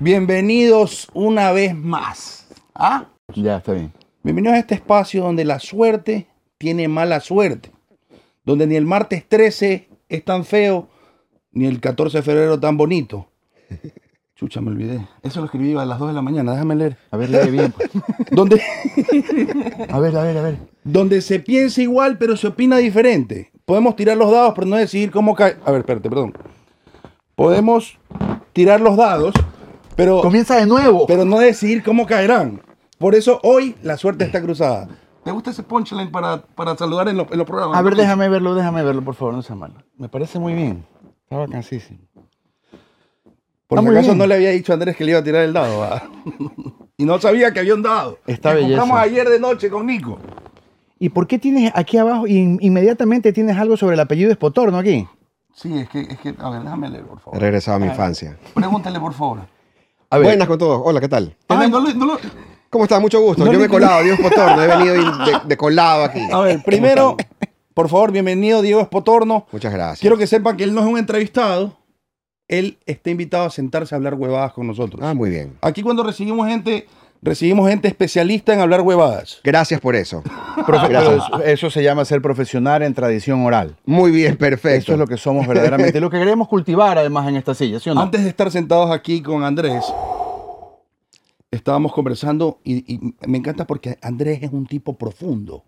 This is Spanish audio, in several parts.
Bienvenidos una vez más. ¿Ah? Pues, Ya, está bien. Bienvenidos a este espacio donde la suerte tiene mala suerte. Donde ni el martes 13 es tan feo, ni el 14 de febrero tan bonito. Chucha, me olvidé. Eso lo escribí a las 2 de la mañana, déjame leer. A ver, lee bien. pues. Donde, A ver, a ver, a ver. donde se piensa igual, pero se opina diferente. Podemos tirar los dados, pero no decidir cómo cae. A ver, espérate, perdón. Podemos tirar los dados, pero. Comienza de nuevo. pero no decidir cómo caerán. Por eso hoy la suerte está cruzada. ¿Te gusta ese punchline para, para saludar en, los- en los programas? A ver, déjame verlo, déjame verlo, por favor, no sea malo. Me parece muy bien. Está bacanísimo. Por Ah, si muy acaso bien. no le había dicho a Andrés que le iba a tirar el dado. ¿verdad? y no sabía que había un dado. Esta que belleza. compramos ayer de noche con Nico. ¿Y por qué tienes aquí abajo, in- inmediatamente tienes algo sobre el apellido de Spotor, ¿no? Aquí. Sí, es que, es que, a ver, déjame leer, por favor. Regresado a mi infancia. Pregúntale, por favor. A ver. Buenas con todos. Hola, ¿qué tal? Ay, Ah, no lo- no lo- ¿Cómo estás? Mucho gusto. No Yo le- me he colado, Dios Potor. No he venido de, de colado aquí. A ver, primero, por favor, bienvenido Diego Espotorno. Muchas gracias. Quiero que sepan que él no es un entrevistado. Él está invitado a sentarse a hablar huevadas con nosotros. Ah, muy bien. Aquí cuando recibimos gente, recibimos gente especialista en hablar huevadas. Gracias por eso. Profe- pero Gracias. eso, eso se llama ser profesional en tradición oral. Muy bien, perfecto. Eso es lo que somos verdaderamente, lo que queremos cultivar además en esta silla, ¿sí o no? Antes de estar sentados aquí con Andrés, estábamos conversando y, y me encanta porque Andrés es un tipo profundo.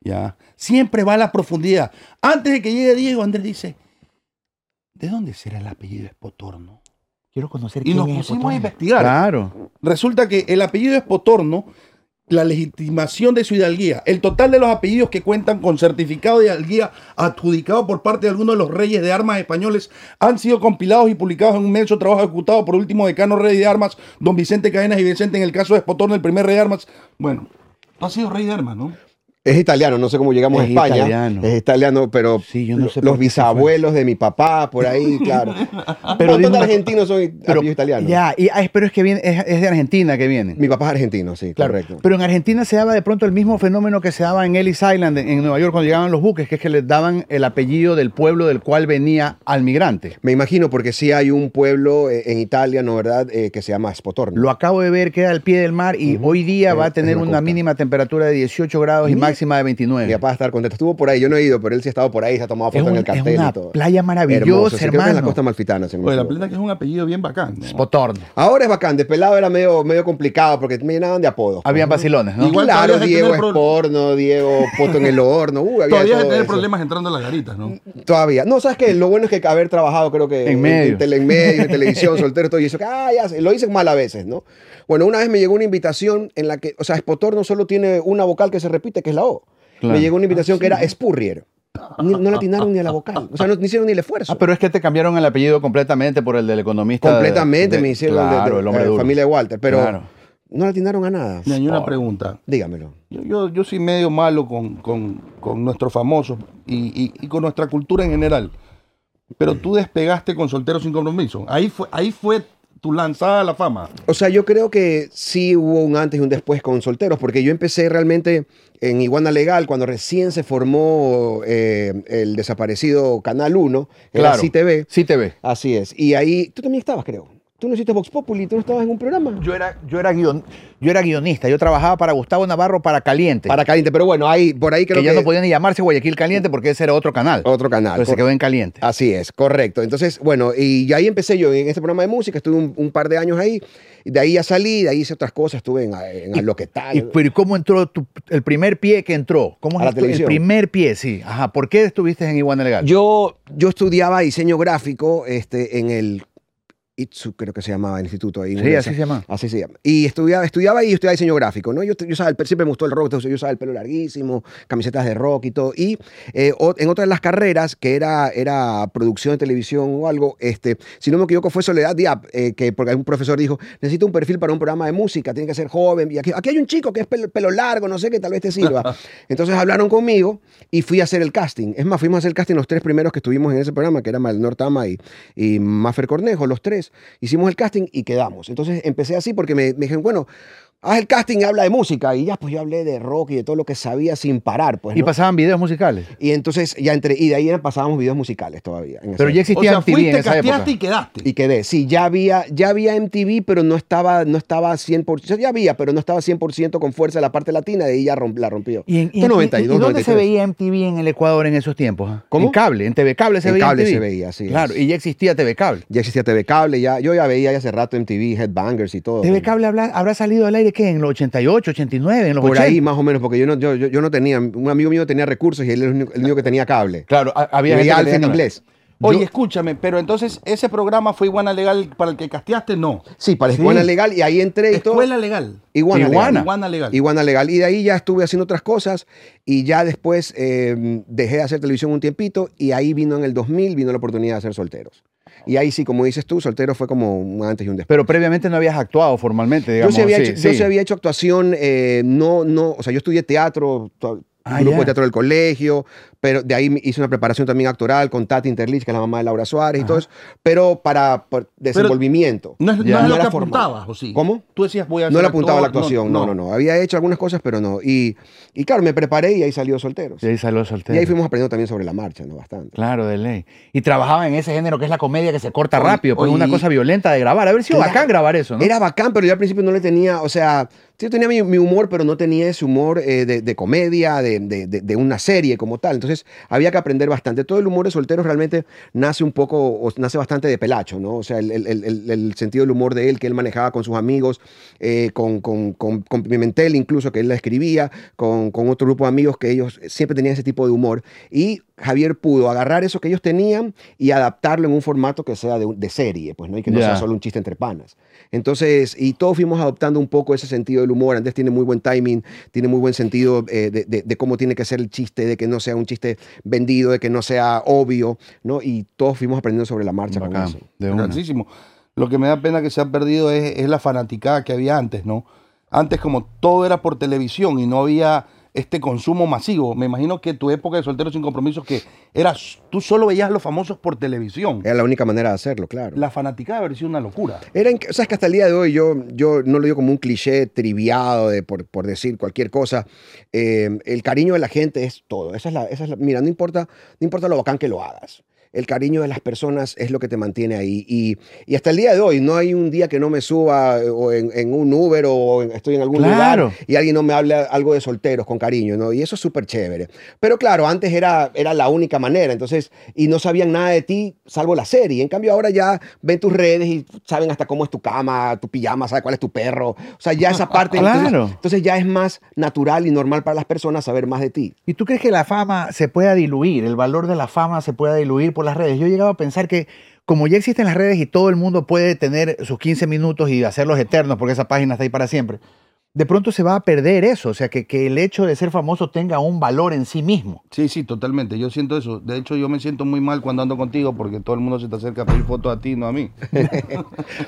¿ya? Siempre va a la profundidad. Antes de que llegue Diego, Andrés dice, ¿de dónde será el apellido Espotorno? Quiero conocer Y quién nos es pusimos a Spotor. investigar. Claro. Resulta que el apellido Espotorno, la legitimación de su hidalguía, el total de los apellidos que cuentan con certificado de hidalguía adjudicado por parte de algunos de los reyes de armas españoles, han sido compilados y publicados en un inmenso trabajo ejecutado por último decano rey de armas, don Vicente Cadenas y Vicente, en el caso de Espotorno, el primer rey de armas. Bueno, no ha sido rey de armas, ¿no? Es italiano, no sé cómo llegamos Es a España. italiano. Es italiano, pero Sí, yo no sé por qué se los fue. bisabuelos de mi papá, por ahí, claro. Pero Pero dime los una- argentinos son it- apellidos italianos. Ya, y, ah, pero es que viene, es, es de Argentina que viene. Mi papá es argentino, sí, Claro, correcto. Pero en Argentina se daba de pronto el mismo fenómeno que se daba en Ellis Island, en Nueva York, cuando llegaban los buques, que es que les daban el apellido del pueblo del cual venía al migrante. Me imagino porque sí hay un pueblo eh, en Italia, ¿no verdad?, Eh, que se llama Spotorno. Lo acabo de ver, queda al pie del mar y hoy día Es- va a es tener una una costa. mínima temperatura de 18 grados y Mi- máxima de 29. Mi papá va a estar contento. Estuvo por ahí, yo no he ido, pero él sí ha estado por ahí, se ha tomado Es fotos en un- el es cartel una y todo. playa maravillosa, Hermoso, sí, creo que es en la hermano. costa malfitana, si no me Oye, Pues la equivoco. plena que es un apellido bien bacán. ¿no? Spotorn. Ahora es bacán, de pelado era medio, medio complicado porque me llenaban de apodos. Habían vacilones, ¿no? Igual claro, todavía hay que Diego tener es pro- porno, Diego poto en el horno. Uh, había Todavía todo hay que tener eso. Mm. problemas entrando a las garitas, ¿no? Todavía. No, ¿sabes qué? Lo bueno es que haber trabajado, creo que. En medios. tele- en medio, en televisión, soltero, todo. Y eso, que, ah, ya sé, lo hice mal a veces, ¿no? Bueno, una vez me llegó una invitación en la que. O sea, Spotor no solo tiene una vocal que se repite, que es la O. Claro. Me llegó una invitación que era Spurrier. Ni- no la atinaron ni a la vocal. O sea, no, no hicieron ni el esfuerzo. Ah, pero es que te cambiaron el apellido completamente por el del economista. de- Completamente de- me hicieron de- de- claro, el hombre eh, duro. familia de Walter. Pero Claro. no la atinaron a nada. Mira, hay una pregunta. Dígamelo. Yo, yo, yo soy medio malo con, con, con nuestros famosos y, y- y con nuestra cultura en general. Pero tú despegaste con Soltero sin Compromiso. Ahí fue, ahí fue tu lanzada a la fama. O sea, yo creo que sí hubo un antes y un después con solteros, porque yo empecé realmente en Iguana Legal cuando recién se formó eh, el desaparecido Canal 1, era Claro. CTV. Sí te ve. Así es. Y ahí tú también estabas, creo. Tú no hiciste Vox Populi, tú no estabas en un programa. Yo era, yo, era guion- yo era guionista, yo trabajaba para Gustavo Navarro para Caliente. Para caliente, pero bueno, ahí por ahí que, creo que, ya no podía ni llamarse Guayaquil Caliente porque ese era otro canal. otro canal. Pero se Cor- quedó en Caliente. Así es, correcto. Entonces, bueno, y ahí empecé yo en este programa de música, estuve un, un par de años ahí, y de ahí ya salí, de ahí hice otras cosas, estuve en, en Y- lo que tal. ¿Y pero ¿y cómo entró tu- el primer pie que entró? ¿Cómo Ah, A la es tu- televisión. El primer pie, sí. Ajá, ¿por qué estuviste en Iguana Legal? Yo, yo estudiaba diseño gráfico este, en el ITSU, creo que se llamaba el instituto ahí. sí, así se llama. Así se llama. Y estudiaba, estudiaba y yo estudiaba diseño gráfico, ¿no? Yo, yo usaba el pe- siempre me gustó el rock, entonces yo usaba el pelo larguísimo, camisetas de rock y todo. Y eh, o- en otra de las carreras, que era, era producción de televisión o algo, este, si no me equivoco, fue Soledad Diab, eh, que porque algún profesor dijo, necesito un perfil para un programa de música, tiene que ser joven. Y aquí, aquí hay un chico que es pelo, pelo largo, no sé qué, tal vez te sirva. Entonces hablaron conmigo y fui a hacer el casting. Es más, fuimos a hacer el casting los tres primeros que estuvimos en ese programa, que era Malnor Tama y, y Maffer Cornejo, los tres. Hicimos el casting y quedamos. Entonces empecé así porque me, me dijeron, bueno, haz el casting y habla de música. Y ya, pues yo hablé de rock y de todo lo que sabía sin parar, pues. Y ¿no? pasaban videos musicales. Y entonces, ya entre, y de ahí eran- pasábamos videos musicales todavía. en esa Pero ya O existía sea, MTV en fuiste, esa época. casteaste y quedaste. y quedé. Sí, ya había, ya había MTV, pero no estaba, no estaba 100%, ya había, pero no estaba 100% con fuerza la parte latina, de ahí ya romp- la rompió. ¿Y, en, y, en- Esto y- 92, y dónde se 93. veía MTV en el Ecuador en esos tiempos? ah? ¿Cómo? En cable, en TV Cable se En veía. cable MTV. se veía, así es. Claro, y ya existía TV Cable. Ya existía TV Cable, ya, yo ya veía ya hace rato MTV, Headbangers y todo. TV Cable habla- habrá salido al aire, ¿qué? En los 88, 89, en los Por 80. ahí más o menos, porque yo no, yo, yo, yo no tenía, un amigo mío tenía recursos y él era el único, el único que tenía cable. Claro, ha- Y había gente veía que Alf en tenía cable. inglés. Oye, Yo- escúchame, pero entonces ese programa fue Iguana Legal para el que casteaste, no. Sí, para Escuela Sí. Legal y ahí entré y todo. Escuela Legal. Iguana. Iguana. Legal. Iguana Legal. Iguana Legal. Y de ahí ya estuve haciendo otras cosas y ya después eh, dejé de hacer televisión un tiempito y ahí vino en el 2000, vino la oportunidad de hacer solteros. Y ahí sí, como dices tú, solteros fue como un antes y un después. Pero previamente no habías actuado formalmente, digamos. yo sí había, sí, hecho, yo sí. sí había hecho actuación, eh, no, no, o sea, yo estudié teatro, to- Ah, grupo ya. de teatro del colegio, pero de ahí me hice una preparación también actoral con Tati Interlich, que es la mamá de Laura Suárez y todo eso, pero para, para desenvolvimiento. No es, Ya. no es No lo que era formal. apuntabas, ¿o sí? ¿Cómo? Tú decías voy a No ser le apuntaba a la actor, actuación, no, no, no, Había hecho algunas cosas, pero no. Y, y claro, me preparé y ahí salió solteros. Sí, ahí salió Y soltero. ahí fuimos aprendiendo también sobre la marcha, ¿no? Bastante. Claro, de ley. Y trabajaba en ese género que es la comedia que se corta Oye, rápido, pues oye, una y- cosa violenta de grabar. Haber sido Claro. bacán grabar eso, ¿no? Era bacán, pero yo al principio no le tenía, o sea, sí yo tenía mi, mi humor, pero no tenía ese humor eh, de, de comedia, de, de- de- de una serie como tal. Entonces había que aprender bastante. Todo el humor de solteros realmente nace un poco, o nace bastante de pelacho, ¿no? O sea, el, el- el- el- el sentido del humor de él que él manejaba con sus amigos, eh, con, con, con- con Pimentel incluso, que él la escribía, con, con otro grupo de amigos que ellos siempre tenían ese tipo de humor. Y Javier pudo agarrar eso que ellos tenían y adaptarlo en un formato que sea de, un- de serie, pues, ¿no? Y que no Ya. sea solo un chiste entre panas. Entonces, y todos fuimos adoptando un poco ese sentido del humor. Andrés tiene muy buen timing, tiene muy buen sentido eh, de, de- de cómo tiene que ser el chiste, de que no sea un chiste vendido, de que no sea obvio, ¿no? Y todos fuimos aprendiendo sobre la marcha con Bacán, eso. de una. Grandísimo. Lo que me da pena que se ha perdido es, es la fanaticada que había antes, ¿no? Antes como todo era por televisión y no había este consumo masivo. Me imagino que tu época de soltero sin compromisos que eras tú solo veías a los famosos por televisión. Era la única manera de hacerlo, claro. La fanaticada habría sido una locura. Era, inc- o sea, es que hasta el día de hoy yo, yo no lo digo como un cliché triviado de por, por decir cualquier cosa. Eh, el cariño de la gente es todo. Esa es la, esa es la- mira, no importa, no importa lo bacán que lo hagas. El cariño de las personas es lo que te mantiene ahí. Y, y hasta el día de hoy no hay un día que no me suba eh, o en, en un Uber o en- estoy en algún Claro. lugar y alguien no me habla algo de solteros con cariño, ¿no? Y eso es súper chévere. Pero claro, antes era, era la única manera, entonces, y no sabían nada de ti salvo la serie. En cambio, ahora ya ven tus redes y saben hasta cómo es tu cama, tu pijama, saben cuál es tu perro. O sea, ya esa parte. Claro. Entonces, entonces ya es más natural y normal para las personas saber más de ti. ¿Y tú crees que la fama se pueda diluir, el valor de la fama se pueda diluir por las redes? Yo he llegado a pensar que como ya existen las redes y todo el mundo puede tener sus 15 minutos y hacerlos eternos porque esa página está ahí para siempre, de pronto se va a perder eso, o sea, que, que el hecho de ser famoso tenga un valor en sí mismo. Sí, sí, totalmente. Yo siento eso. De hecho, yo me siento muy mal cuando ando contigo porque todo el mundo se te acerca a pedir fotos a ti, no a mí.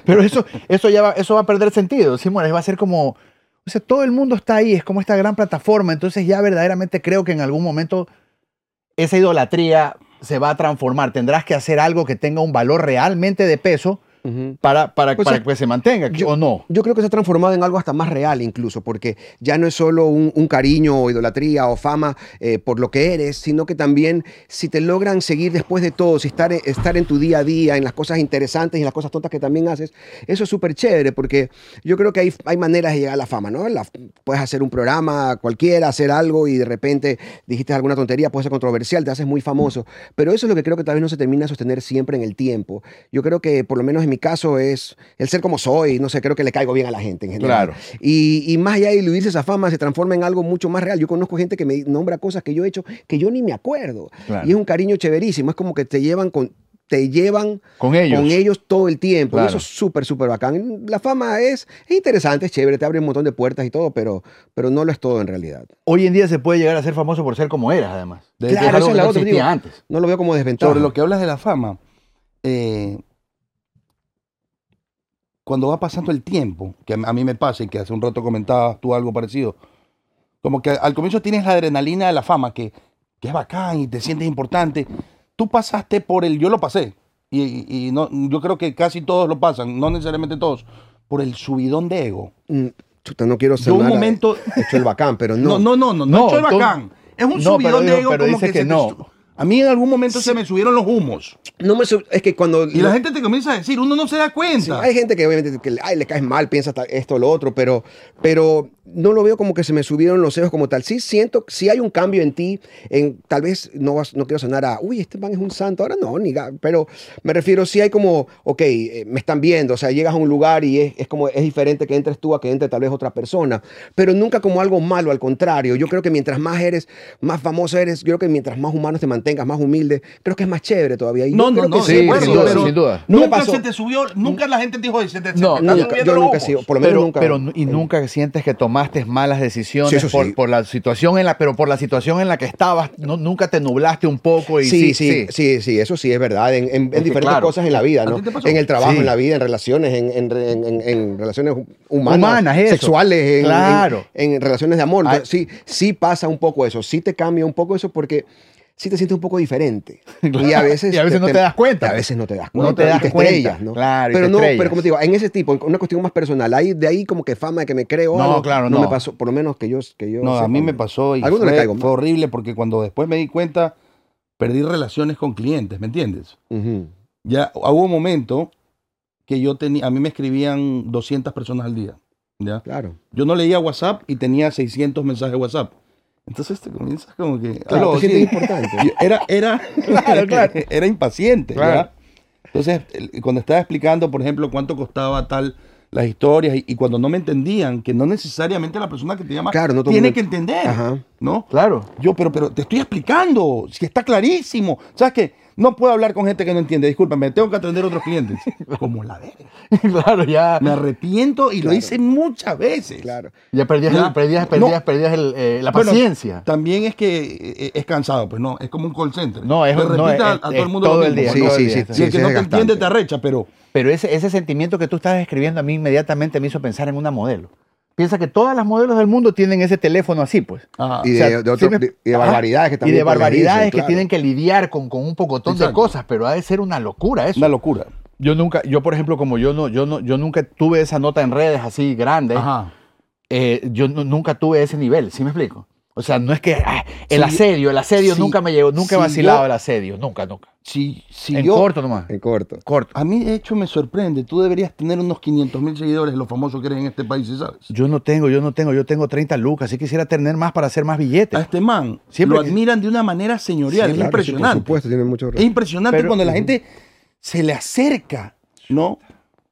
Pero eso, eso ya va, eso va a perder sentido, Simón, va a ser como... O sea, todo el mundo está ahí, es como esta gran plataforma, entonces ya verdaderamente creo que en algún momento esa idolatría se va a transformar, tendrás que hacer algo que tenga un valor realmente de peso para, para, Pues para es- que se mantenga, yo- ¿o no? Yo creo que se ha transformado en algo hasta más real incluso, porque ya no es solo un, un cariño o idolatría o fama eh, por lo que eres, sino que también si te logran seguir después de todo, si estar, en- estar en tu día a día, en las cosas interesantes y en las cosas tontas que también haces, eso es súper chévere, porque yo creo que hay, hay maneras de llegar a la fama, ¿no? La- puedes hacer un programa cualquiera, hacer algo y de repente dijiste alguna tontería, puede ser controversial, te haces muy famoso, pero eso es lo que creo que tal vez no se termina de sostener siempre en el tiempo. Yo creo que por lo menos en mi caso es el ser como soy, no sé, creo que le caigo bien a la gente en general. Claro. Y, y más allá de diluirse esa fama, se transforma en algo mucho más real. Yo conozco gente que me nombra cosas que yo he hecho que yo ni me acuerdo. Claro. Y es un cariño chéverísimo, es como que te llevan con... Te llevan Con e, ellos. con ellos todo el tiempo. Y Claro. eso es súper, súper bacán. La fama es, es interesante, es chévere, te abre un montón de puertas y todo, pero, pero no lo es todo en realidad. Hoy en día se puede llegar a ser famoso por ser como eras, además. Desde que es algo esa que no otra, existía digo, antes. No lo veo como desventaja. Sobre lo que hablas de la fama, eh, cuando va pasando el tiempo, que a mí me pasa y que hace un rato comentabas tú algo parecido, como que al comienzo tienes la adrenalina de la fama, que, que es bacán y te sientes importante. Tú pasaste por el, yo lo pasé, y, y- y no, yo creo que casi todos lo pasan, no necesariamente todos, por el subidón de ego. Mm, chuta, no quiero Yo sonar un a- momento. hecho el bacán, pero No, no. no, no, no, no, No, hecho el tú- bacán. Es un No, subidón pero de digo- ego pero como dice que, que se te no. su- A mí en algún momento se me subieron los humos. No me sub- es que cuando Y la gente te comienza a decir, uno no se da cuenta. hay gente que obviamente que, ay, le caes mal, piensa ta- esto o lo otro, pero, pero no lo veo como que se me subieron los ojos como tal. Sí siento, sí hay un cambio en ti, en, tal vez no, vas, no quiero sonar a, uy, este man es un santo, ahora no, ni ga-". pero me refiero, sí hay como, ok, eh, me están viendo, o sea, llegas a un lugar y es, es como, es diferente que entres tú a que entre tal vez otra persona, pero nunca como algo malo, al contrario, yo creo que mientras más eres, más famoso eres, yo creo que mientras más humanos te mantengas, más humilde, creo que es más chévere todavía. Y yo no, no, creo que no, sí, de sin acuerdo, duda, pero sin duda. No me Nunca pasó. se te subió, nunca la gente te dijo, "Oye, se te, se No, te están Nunca- subiendo yo los nunca he humos". sido, por lo menos pero, nunca. eh, pero nu- y nunca sientes que tomaste malas decisiones Sí, eso por, sí. por la situación en la, pero por la situación en la que estabas, no- nunca te nublaste un poco y sí, sí, sí, sí, eso sí es verdad. En, en- en que diferentes claro, cosas en la vida, ¿a ¿no? ti te pasó? En el trabajo, Sí. en la vida, en relaciones, en, en- en- en- en relaciones humanas, Humanas, eso. sexuales, en, en- Claro. en, relaciones de amor. Ay. Sí, sí pasa un poco eso, sí te cambia un poco eso porque sí te sientes un poco diferente. Y a veces, Y a veces no te das cuenta. A veces no te das No te cuenta. y das cuenta, estrellas, ¿no? claro, y pero te no, estrellas. pero como te digo, en ese tipo, en una cuestión más personal, ahí, de ahí como que fama de que me creo. No, algo, claro, me no. pasó, por lo menos que yo. Que yo No, a sepa, mí me ¿no? pasó y A alguno le fue, caigo mal. fue horrible porque cuando después me di cuenta, perdí relaciones con clientes, ¿me entiendes? Ujú. Ya hubo un momento que yo tenía, a mí me escribían 200 personas al día, ¿ya? Claro. Yo no leía WhatsApp y tenía 600 mensajes de WhatsApp. Entonces te comienzas como que... Claro, aló, te sientes sí. importante. Yo- Era, era, Claro, claro. era impaciente, ¿ya? Claro. Entonces, el- cuando estaba explicando, por ejemplo, cuánto costaba tal las historias y, y cuando no me entendían, que no necesariamente la persona que te llama Claro, no todo el tiene mundo- que entender, Ajá. ¿no? Claro. Yo, pero, pero te estoy explicando, si está clarísimo. ¿Sabes qué? No puedo hablar con gente que no entiende, discúlpame, tengo que atender a otros clientes. Como la verga. claro, ya, Me arrepiento y lo Claro. hice muchas veces. Claro. ya perdías, Ya, el- perdías, no. perdías, perdías el, eh, la Bueno, paciencia. también es que eh, es cansado, pues no, es como un call center. No, es- Te no, repitas es- a, a todo es el mundo todo lo el mismo, día, ¿no? Sí, todo el sí, día, sí, sí. Si el que sí, no es te entiende desgastante. te arrecha, pero Pero ese, ese sentimiento que tú estás describiendo a mí inmediatamente me hizo pensar en una modelo. Piensa que todas las modelos del mundo tienen ese teléfono así, pues. ah, Y de, O sea, de otro- sí me- de- y de Ajá. barbaridades que Y también. de pues les barbaridades dicen, que claro. tienen que lidiar con, con un pocotón de Exacto. cosas, pero ha de ser una locura eso. una locura. Yo nunca, yo por ejemplo, como yo no, yo no, yo nunca tuve esa nota en redes así grande, Ajá. eh, yo nu- nunca tuve ese nivel, ¿sí me explico? O sea, no es que ah, el Sí, asedio, el asedio sí, nunca me llegó, nunca he sí, vacilado yo- el asedio, nunca, nunca. Si, si en yo, corto nomás. En corto. Corto. A mí, de hecho, me sorprende. Tú deberías tener unos 500 mil seguidores, lo famoso que eres en este país, ¿sí ¿sabes? Yo no tengo, yo no tengo, yo tengo 30 lucas, así quisiera tener más para hacer más A billetes. este man Siempre lo que- admiran de una manera señorial, Sí, es claro, Sí, por impresionante. supuesto, tiene mucho. es impresionante Pero- cuando la gente se le acerca, ¿no?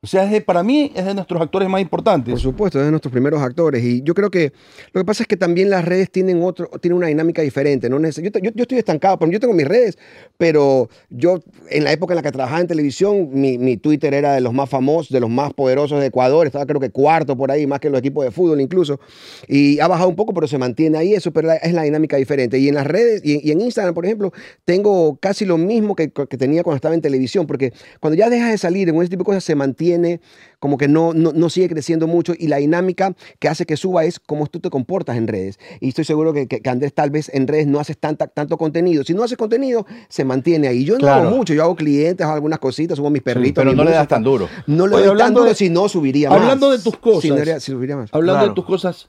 O sea, es de- para mí es de nuestros actores más Por importantes. supuesto, es de nuestros primeros actores. Y yo creo que lo que pasa es que también las redes tienen otro, tienen una dinámica diferente. ¿no? Neces- Yo, te- yo- yo estoy estancado, pero yo tengo mis redes, pero yo en la época en la que trabajaba en televisión, mi, mi Twitter era de los más famosos, de los más poderosos de Ecuador, estaba creo que cuarto por ahí, más que los equipos de fútbol incluso. Y ha bajado un poco, pero se mantiene ahí eso, pero la- es la dinámica diferente. Y en las redes, y, y en Instagram, por ejemplo, tengo casi lo mismo que, que tenía cuando estaba en televisión, porque cuando ya dejas de salir en ese tipo de cosas, se mantiene como que no, no, no sigue creciendo mucho y la dinámica que hace que suba es cómo tú te comportas en redes. Y estoy seguro que, que- que Andrés tal vez en redes no haces tanta, tanto contenido. Si no haces contenido, se mantiene ahí. Yo no Claro. hago mucho, yo hago clientes, hago algunas cositas, subo mis perritos. pero mi no le das música. tan duro. No le Oye, doy tan hablando duro, de- si no subiría más. Hablando de tus cosas. Si no era- si subiría más. Hablando Claro. de tus cosas,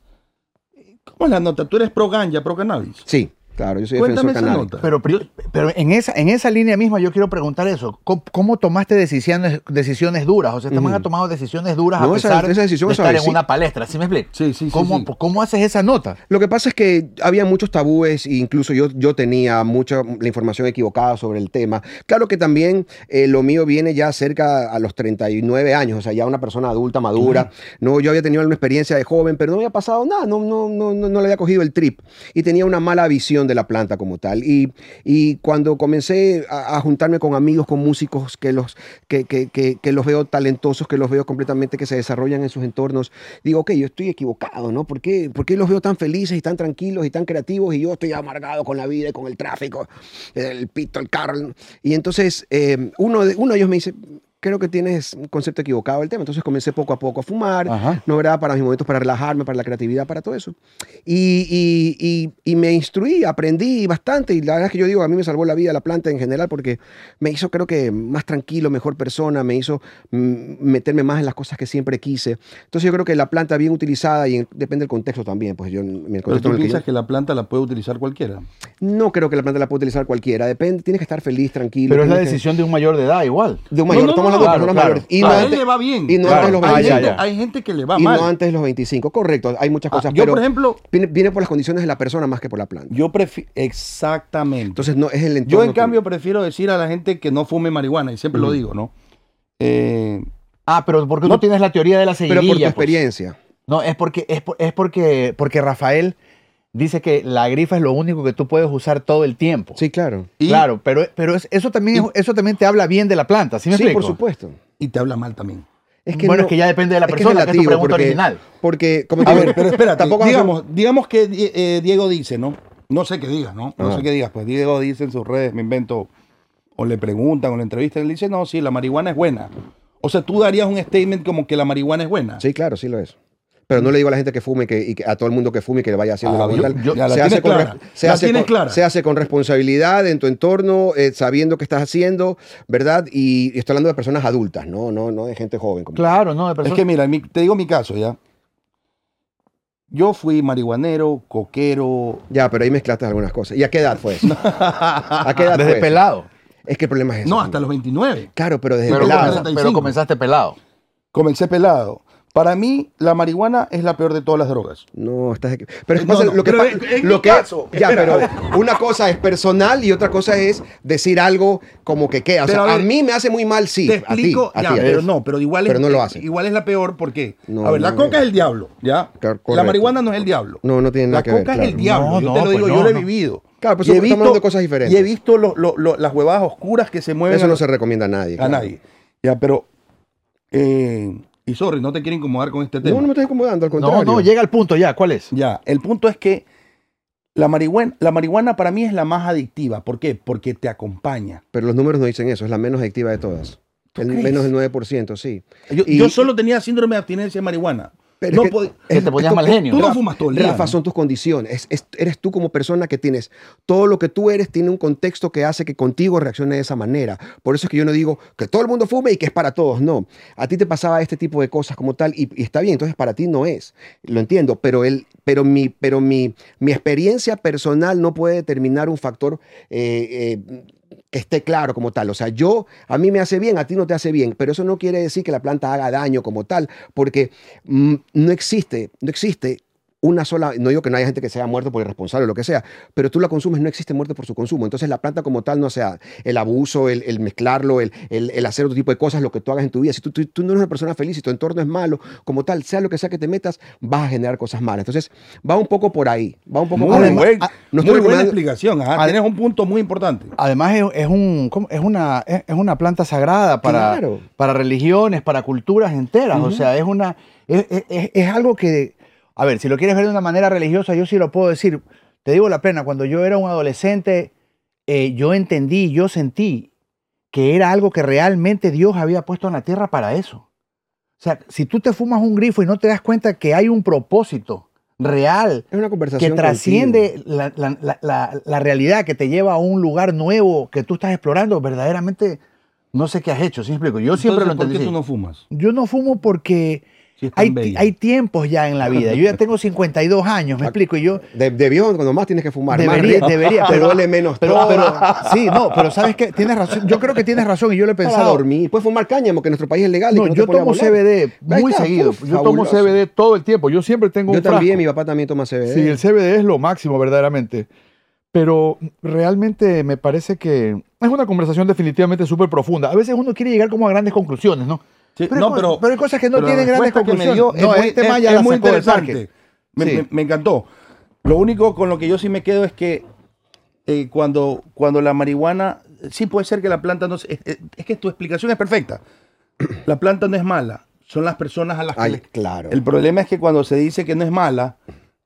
¿cómo es la nota? Tú eres pro ganja, pro cannabis. Sí, claro, yo soy Cuéntame defensor esa canábico. nota. Pero, pri- pero en, esa, en esa línea misma yo quiero preguntar eso. ¿Cómo, cómo tomaste decisiones, decisiones duras? O sea, te Ujú. man ha tomado decisiones duras a No, esa- pesar esa decisión de es estar en suavecita. una palestra, ¿sí me explico? Sí, sí, sí, ¿Cómo, sí. ¿Cómo haces esa nota? Lo que pasa es que había muchos tabúes e incluso yo, yo tenía mucha la información equivocada sobre el tema. Claro que también eh, lo mío viene ya cerca a los 39 años, o sea, ya una persona adulta, madura. No, yo había tenido una experiencia de joven, pero no había pasado nada, no, no, no, no, no le había cogido el trip y tenía una mala visión de la planta como tal. Y, y cuando comencé a, a juntarme con amigos, con músicos que los, que, que- que- que los veo talentosos, que los veo completamente que se desarrollan en sus entornos, digo, ok, yo estoy equivocado, ¿no? ¿Por qué, por qué los veo tan felices y tan tranquilos y tan creativos y yo estoy amargado con la vida y con el tráfico, el pito, el carro? Y entonces eh, uno, de, uno de ellos me dice, creo que tienes un concepto equivocado del tema. Entonces comencé poco a poco a fumar, Ajá. ¿no verdad? Para mis momentos, para relajarme, para la creatividad, para todo eso. Y, y- y- y me instruí, aprendí bastante. Y la verdad es que yo digo, a mí me salvó la vida la planta en general porque me hizo, creo que, más tranquilo, mejor persona, me hizo mm, meterme más en las cosas que siempre quise. Entonces yo creo que la planta bien utilizada, y en- depende del contexto también, pues yo en el Pero tú contexto en el que yo- piensas que la planta la puede utilizar cualquiera. No creo que la planta la pueda utilizar cualquiera. Depende, tienes que estar feliz, tranquilo. Pero es la tienes que- decisión de un mayor de edad igual. De un mayor, No, no, no, estamos hablando de claro, personas claro. mayores. Y no a él antes- le va bien. y no Claro. antes los Ah, hay, ya, gente, ya. hay gente que le va y mal. no antes de los 25. Correcto, hay muchas Ah, cosas, yo, pero por ejemplo, viene, viene por las condiciones de la persona más que por la planta. yo prefiero. Exactamente. Entonces, no es el yo, entorno. en que- cambio, prefiero decir a la gente que no fume marihuana, y siempre lo Ujú. digo, ¿no? Eh, Ah, pero porque No. no tienes la teoría de la seguidilla. pero por tu pues. experiencia. No, es porque es, por- es porque porque Rafael dice que la grifa es lo único que tú puedes usar todo el tiempo. Sí, claro. y, Claro, pero, pero es- eso también es- eso también te habla bien de la planta, ¿sí me sí, explico? por supuesto. y te habla mal también. Es que bueno, no- es que ya depende de la es que es persona, que es tu relativo, pregunta porque- original. Porque, como te A digo, ver, pero espérate, tampoco digamos, digamos que Die- eh, Diego dice, ¿no? No sé qué digas, ¿no? No Ajá. sé qué digas, pues Diego dice en sus redes, me invento, o le preguntan, o le entrevistan, él dice, no, sí, la marihuana es buena. O sea, tú darías un statement como que la marihuana es buena. Sí, claro, sí lo es. Pero no le digo a la gente que fume que, y que a todo el mundo que fume y que le vaya haciendo Ah, la vuelta. yo- yo- ya la tienes con, clara, re- se la hace tienes con- clara. se hace con responsabilidad en tu entorno, eh, sabiendo qué estás haciendo, ¿verdad? Y, y estoy hablando de personas adultas, no, no, no de gente joven. como- Claro, no, de persona. Es que mira, mi- te digo mi caso, ¿ya? Yo fui marihuanero, coquero. Ya, pero ahí mezclaste algunas cosas. ¿Y a qué edad fue eso? ¿A qué edad Ah, desde fue eso? pelado. Es que el problema es eso. No, hasta los 29. Claro, pero desde Pero, pelado. comenzas- pero comenzaste pelado. Comencé pelado. Para mí, la marihuana es la peor de todas las drogas. No, estás aquí. Pero es que No, pasa- no, lo que pero pa- en- en lo mi que- caso, ya, espera, a ver. pero una cosa es personal y otra cosa es decir algo como que queda. O Pero sea, a a, ver, mí me hace muy mal, sí. te explico, a ti, a ya, ti, a ti. pero no, pero igual es, Pero no lo hace. igual es la peor porque, No, a ver, la no, coca no. es el diablo, ¿ya? Claro, la correcto. marihuana no es el diablo. No, no tiene nada la que coca ver, es claro. el diablo, No, yo no, te lo pues digo, no, yo lo he no. vivido. Claro, pues Y he estamos hablando de cosas diferentes. Y he visto lo- lo- lo- las huevadas oscuras que se mueven Eso a- no se recomienda a nadie. a claro. nadie. Ya, pero, eh, y sorry, no te quiero incomodar con este tema. No, no me estoy incomodando, al No, contrario. no, llega al punto ya, ¿cuál es? Ya, el punto es que la marihuana, la marihuana para mí es la más adictiva. ¿Por qué? Porque te acompaña. Pero los números no dicen eso, es la menos adictiva de todas. ¿Tú El crees? menos del 9%, sí. Yo, Y- yo solo tenía síndrome de abstinencia de marihuana. Pero No es que- pod- Que es- te ponías esto- mal genio. Tú no Rafa- fumas todo el día. Rafa, ¿no? son tus condiciones. Es- es- eres tú como persona que tienes todo lo que tú eres, tiene un contexto que hace que contigo reaccione de esa manera. Por eso es que yo no digo que todo el mundo fume y que es para todos. No. A ti te pasaba este tipo de cosas como tal y, y está bien, entonces para ti no es. Lo entiendo, pero, el, pero, mi, pero mi, mi experiencia personal no puede determinar un factor. eh, eh, que esté claro como tal. O sea, yo, a mí me hace bien, a ti no te hace bien, pero eso no quiere decir que la planta haga daño como tal, porque mm, no existe, no existe una sola, no digo que no haya gente que sea muerto por irresponsable o lo que sea, pero tú la consumes, no existe muerte por su consumo. Entonces la planta como tal, no sea el abuso, el, el mezclarlo, el, el- el hacer otro tipo de cosas, lo que tú hagas en tu vida. Si tú, tú- tú no eres una persona feliz, si tu entorno es malo, como tal, sea lo que sea que te metas, vas a generar cosas malas. Entonces va un poco por ahí, va un poco Muy, por ahí. buen- Ah, no muy estoy buena recomendando- explicación. ajá, Ah, Tienes un punto muy importante. Además es, es un, ¿cómo? es, una, es, es una planta sagrada para, Claro. para religiones, para culturas enteras. O sea, es, una, es, es- es- es algo que, a ver, si lo quieres ver de una manera religiosa, yo sí lo puedo decir. Te digo la pena, cuando yo era un adolescente, eh, yo entendí, yo sentí que era algo que realmente Dios había puesto en la tierra para eso. O sea, si tú te fumas un grifo y no te das cuenta que hay un propósito real Es una conversación que contigo. trasciende la, la- la- la- la realidad, que te lleva a un lugar nuevo que tú estás explorando, verdaderamente no sé qué has hecho, ¿sí me explico? Yo siempre Entonces, lo ¿Por qué entendí. tú así. no fumas? Yo no fumo porque Si es tan hay, ti- bella. hay tiempos ya en la vida. Yo ya tengo 52 años, me explico, y yo De, debió, cuando más tienes que fumar. más debería, rico, debería, te pero, duele menos pero, todo. pero- sí, no, pero sabes que tienes razón, yo creo que tienes razón y yo lo he Para pensado. dormir. Puedes fumar cáñamo, que en nuestro país es legal. y No, que no te yo pone a tomo volar. CBD Ahí muy está, seguido. uf, yo tomo fabuloso. CBD todo el tiempo. Yo siempre tengo Yo un frasco. también, mi papá también toma CBD. Sí, el CBD es lo máximo, verdaderamente. Pero realmente me parece que es una conversación definitivamente súper profunda. A veces uno quiere llegar como a grandes conclusiones, ¿no? Sí, hay no, cosas- pero- hay cosas que no pero la tienen grandes respuesta que me conclusiones. dio no, es muy, este tema es- ya es la muy sacó del parque. interesante. Me, Sí. me- me encantó. Lo único con lo que yo sí me quedo es que eh, cuando, cuando la marihuana, sí puede ser que la planta no... se- Es, es- es que tu explicación es perfecta. La planta no es mala, son las personas a las que... Ay, les- claro. El problema es que cuando se dice que no es mala,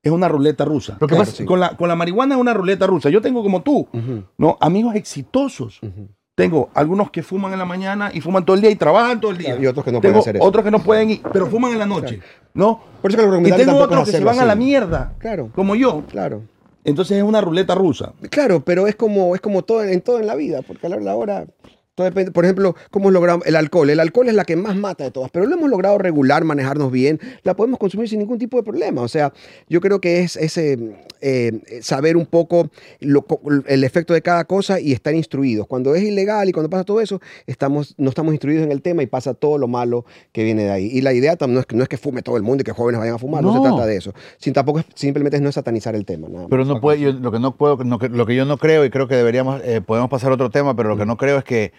es una ruleta rusa. Lo que Claro, pasa- sí. Con, la, con la marihuana es una ruleta rusa. Yo tengo como tú, Ujú, ¿no? amigos exitosos. ujú. Tengo algunos que fuman en la mañana y fuman todo el día y trabajan todo el día. Claro, y otros que no Tengo pueden hacer eso. Otros que no pueden ir, pero fuman en la noche, ¿no? Por eso que lo y recomendable tengo tampoco otros es que se hacerlo van a la así. mierda, Claro. como yo. Claro. Entonces es una ruleta rusa. Claro, pero es como, es como todo, en todo en la vida, porque a la hora- la hora. Todo depende, por ejemplo, cómo logramos el alcohol. El alcohol es la que más mata de todas, pero lo hemos logrado regular, manejarnos bien. La podemos consumir sin ningún tipo de problema. O sea, yo creo que es ese eh, saber un poco lo co- el efecto de cada cosa y estar instruidos. Cuando es ilegal y cuando pasa todo eso, estamos, no estamos instruidos en el tema y pasa todo lo malo que viene de ahí. Y la idea tam- no es, que- no es que fume todo el mundo y que jóvenes vayan a fumar, no, No. se trata de eso. Sin, tampoco es- simplemente es no satanizar el tema. nada más. Pero no puede, yo- lo que no puedo, no que- lo que yo no creo, y creo que deberíamos, eh, podemos pasar a otro tema, pero lo Mm. que no creo es que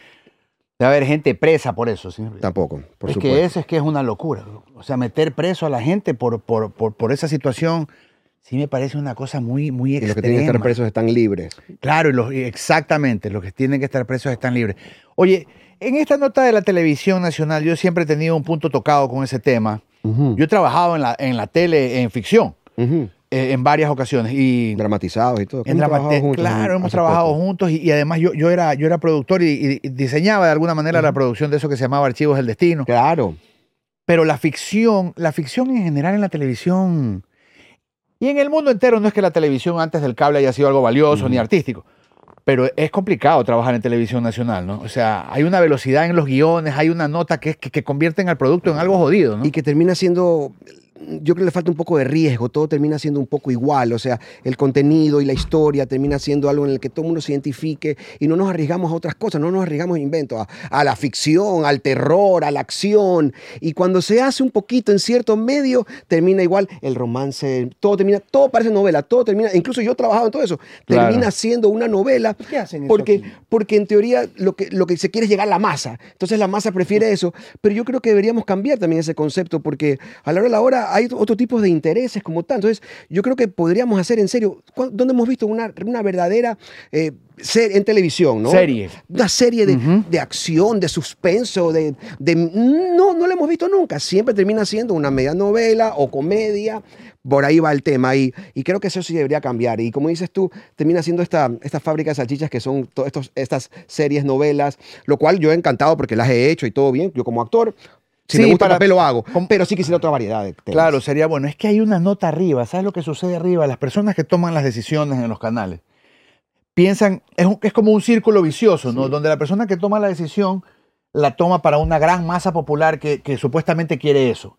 debe haber gente presa por eso. ¿sí? Tampoco, por es supuesto. que eso es que es una locura. bro. O sea, meter preso a la gente por, por, por, por esa situación sí me parece una cosa muy, muy Y extrema. los que tienen que estar presos están libres. Claro, y los, y exactamente, los que tienen que estar presos están libres. Oye, en esta nota de la televisión nacional yo siempre he tenido un punto tocado con ese tema. Yo he trabajado en la, en la tele, en ficción, Ujú. eh, en varias ocasiones. Y Dramatizados y todo. en Hemos Drama- trabajado juntos claro, hace hemos poco. trabajado juntos y, y además yo, yo, era, yo era productor y, y diseñaba de alguna manera la producción de eso que se llamaba Archivos del Destino. Claro. Pero la ficción, la ficción en general en la televisión y en el mundo entero no es que la televisión antes del cable haya sido algo valioso ni artístico, pero es complicado trabajar en televisión nacional, ¿no? O sea, hay una velocidad en los guiones, hay una nota que, es- que, que convierten al producto en algo jodido, ¿no? Y que termina siendo. Yo creo que le falta un poco de riesgo, todo termina siendo un poco igual, o sea, el contenido y la historia termina siendo algo en el que todo el mundo se identifique y no nos arriesgamos a otras cosas, no nos arriesgamos a inventos, a, a la ficción, al terror, a la acción. Y cuando se hace un poquito en cierto medio, termina igual el romance, todo termina, todo parece novela, todo termina, incluso yo he trabajado en todo eso, Claro. termina siendo una novela ¿Qué hacen eso porque, aquí? porque en teoría lo que, lo que se quiere es llegar a la masa. Entonces la masa prefiere eso. Pero yo creo que deberíamos cambiar también ese concepto porque a la hora de la hora hay otro tipo de intereses como tal. Entonces yo creo que podríamos hacer en serio, ¿cu- ¿dónde hemos visto una, una verdadera... eh, ser- en televisión, ¿no? Serie. Una serie de, de acción, de suspenso, de, de- No, no la hemos visto nunca. Siempre termina siendo una media novela o comedia. Por ahí va el tema. Y, y creo que eso sí debería cambiar. Y como dices tú, termina siendo esta, esta fábrica de salchichas que son to- estos, estas series, novelas, lo cual yo he encantado porque las he hecho y todo bien. Yo como actor, si Sí, me gusta el para- papel lo hago. Pero sí quisiera otra variedad de temas. Claro, sería bueno. Es que hay una nota arriba. ¿Sabes lo que sucede arriba? Las personas que toman las decisiones en los canales piensan, es, un- es como un círculo vicioso, ¿no? Donde la persona que toma la decisión la toma para una gran masa popular que, que supuestamente quiere eso,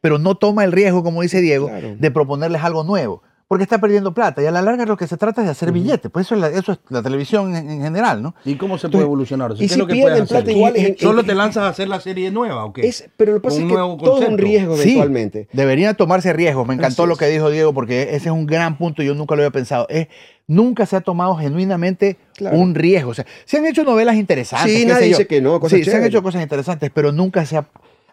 pero no toma el riesgo, como dice Diego, Claro. de proponerles algo nuevo, porque está perdiendo plata y a la larga lo que se trata es de hacer billetes. Pues eso es la, eso es la televisión en, en general, ¿no? ¿Y cómo se puede evolucionar? eso? ¿Qué y es si lo que pierden puedes hacer? eh, plata igual en- ¿Solo en- te lanzas a hacer la serie nueva o qué? Es- pero lo que pasa Con es un que nuevo todo es un concepto. riesgo eventualmente. Sí, debería tomarse riesgos. Me encantó Así lo es. que dijo Diego porque ese es un gran punto. Yo nunca lo había pensado. Es, nunca se ha tomado genuinamente Claro. un riesgo. O sea, se han hecho novelas interesantes. Sí, qué nadie sé yo. dice que no, cosas sí, se han chéveres. hecho cosas interesantes, pero nunca se ha...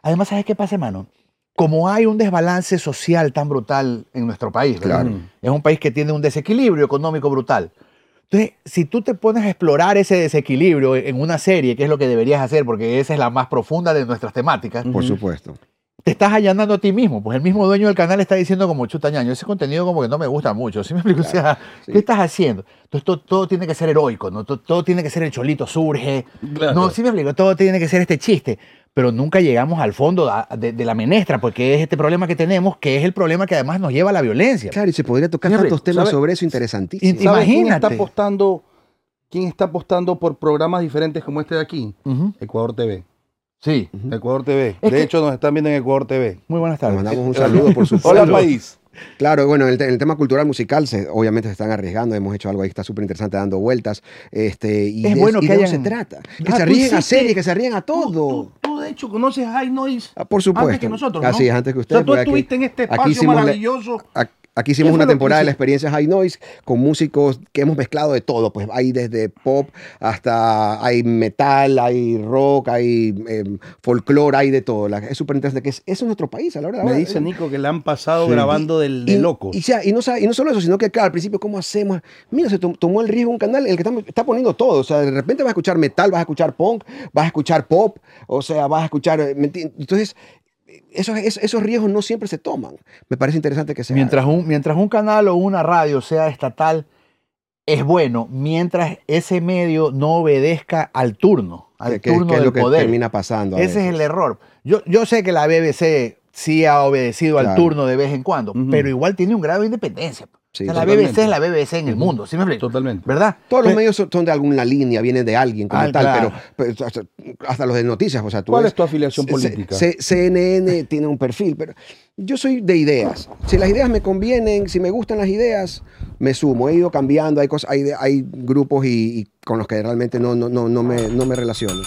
Además, ¿sabes qué pasa, hermano? Como hay un desbalance social tan brutal en nuestro país, ¿verdad? Claro. es un país que tiene un desequilibrio económico brutal. Entonces, si tú te pones a explorar ese desequilibrio en una serie, que es lo que deberías hacer, porque esa es la más profunda de nuestras temáticas, Por supuesto. te estás allanando a ti mismo. Pues el mismo dueño del canal está diciendo como chuta ñaño, ese contenido como que no me gusta mucho. ¿Sí me explico? o sea, sí. ¿qué estás haciendo? Entonces todo, todo tiene que ser heroico, ¿no? Todo, todo tiene que ser el cholito surge. Claro. No, sí me explico, todo tiene que ser este chiste. Pero nunca llegamos al fondo a- de, de la menestra, porque es este problema que tenemos, que es el problema que además nos lleva a la violencia. Claro, y se podría tocar Siempre, tantos temas ¿sabe? sobre eso interesantísimos. Y- ¿Sabes quién está imagínate. apostando? ¿Quién está apostando por programas diferentes como este de aquí? Ujú. Ecuador TV. Sí. Ecuador TV. Es de que- hecho, nos están viendo en Ecuador TV. Muy buenas Le tardes. mandamos un saludo, por supuesto. Este, Hola, país. Claro, bueno, en el, te- en el tema cultural musical, se- obviamente se están arriesgando. Hemos hecho algo ahí que está súper interesante, dando vueltas. Este, y Es de- bueno y que de hayan- eso se trata. Que Ah, se tú arriesguen a hiciste- series, que se arriesguen a todo. Tú, tú, de hecho, conoces a High Noise. Ah, por supuesto. Antes que nosotros. ¿no? Así es, antes que O ustedes. sea, tú porque aquí- estuviste en este aquí espacio hicimos la- maravilloso. Ac- Aquí hicimos Eso una es lo que temporada de la hice. experiencia High Noise con músicos que hemos mezclado de todo, pues hay desde pop hasta hay metal, hay rock, hay em, folclore, hay de todo. La- Es súper interesante que es, eso es nuestro país a la hora de Me ahora. dice Nico que la han pasado Sí. grabando del, de y, loco. Y, sea- y no, sa- y no solo eso, sino que claro, al principio, ¿cómo hacemos? Mira, se tom- tomó el riesgo un canal en el que estamos- está, poniendo todo. O sea, de repente vas a escuchar metal, vas a escuchar punk, vas a escuchar pop, o sea, vas a escuchar. eh, ¿me enti- Entonces, eh, esos, esos, esos riesgos no siempre se toman. Me parece interesante que se haga. Mientras un, mientras un canal o una radio sea estatal, es bueno mientras ese medio no obedezca al turno, al que, que- turno que es del lo que poder. termina pasando. a Ese es veces. el error. Yo, yo sé que la BBC sí ha obedecido al Claro. turno de vez en cuando, Ujú. pero igual tiene un grado de independencia. Sí, O sea, la totalmente. BBC es la BBC en el mundo, ¿sí me explico? Totalmente. ¿Verdad? Todos los Pe- medios son son de alguna línea, vienen de alguien como Ah, tal, claro. pero, pero hasta, hasta los de noticias, o sea, tú ¿Cuál ves- es tu afiliación C- C- política? C- CNN tiene un perfil, pero yo soy de ideas. Si las ideas me convienen, si me gustan las ideas, me sumo. He ido cambiando, hay, cosas, hay, de- hay grupos y, y con los que realmente no, no, no, no, me, no me relaciono.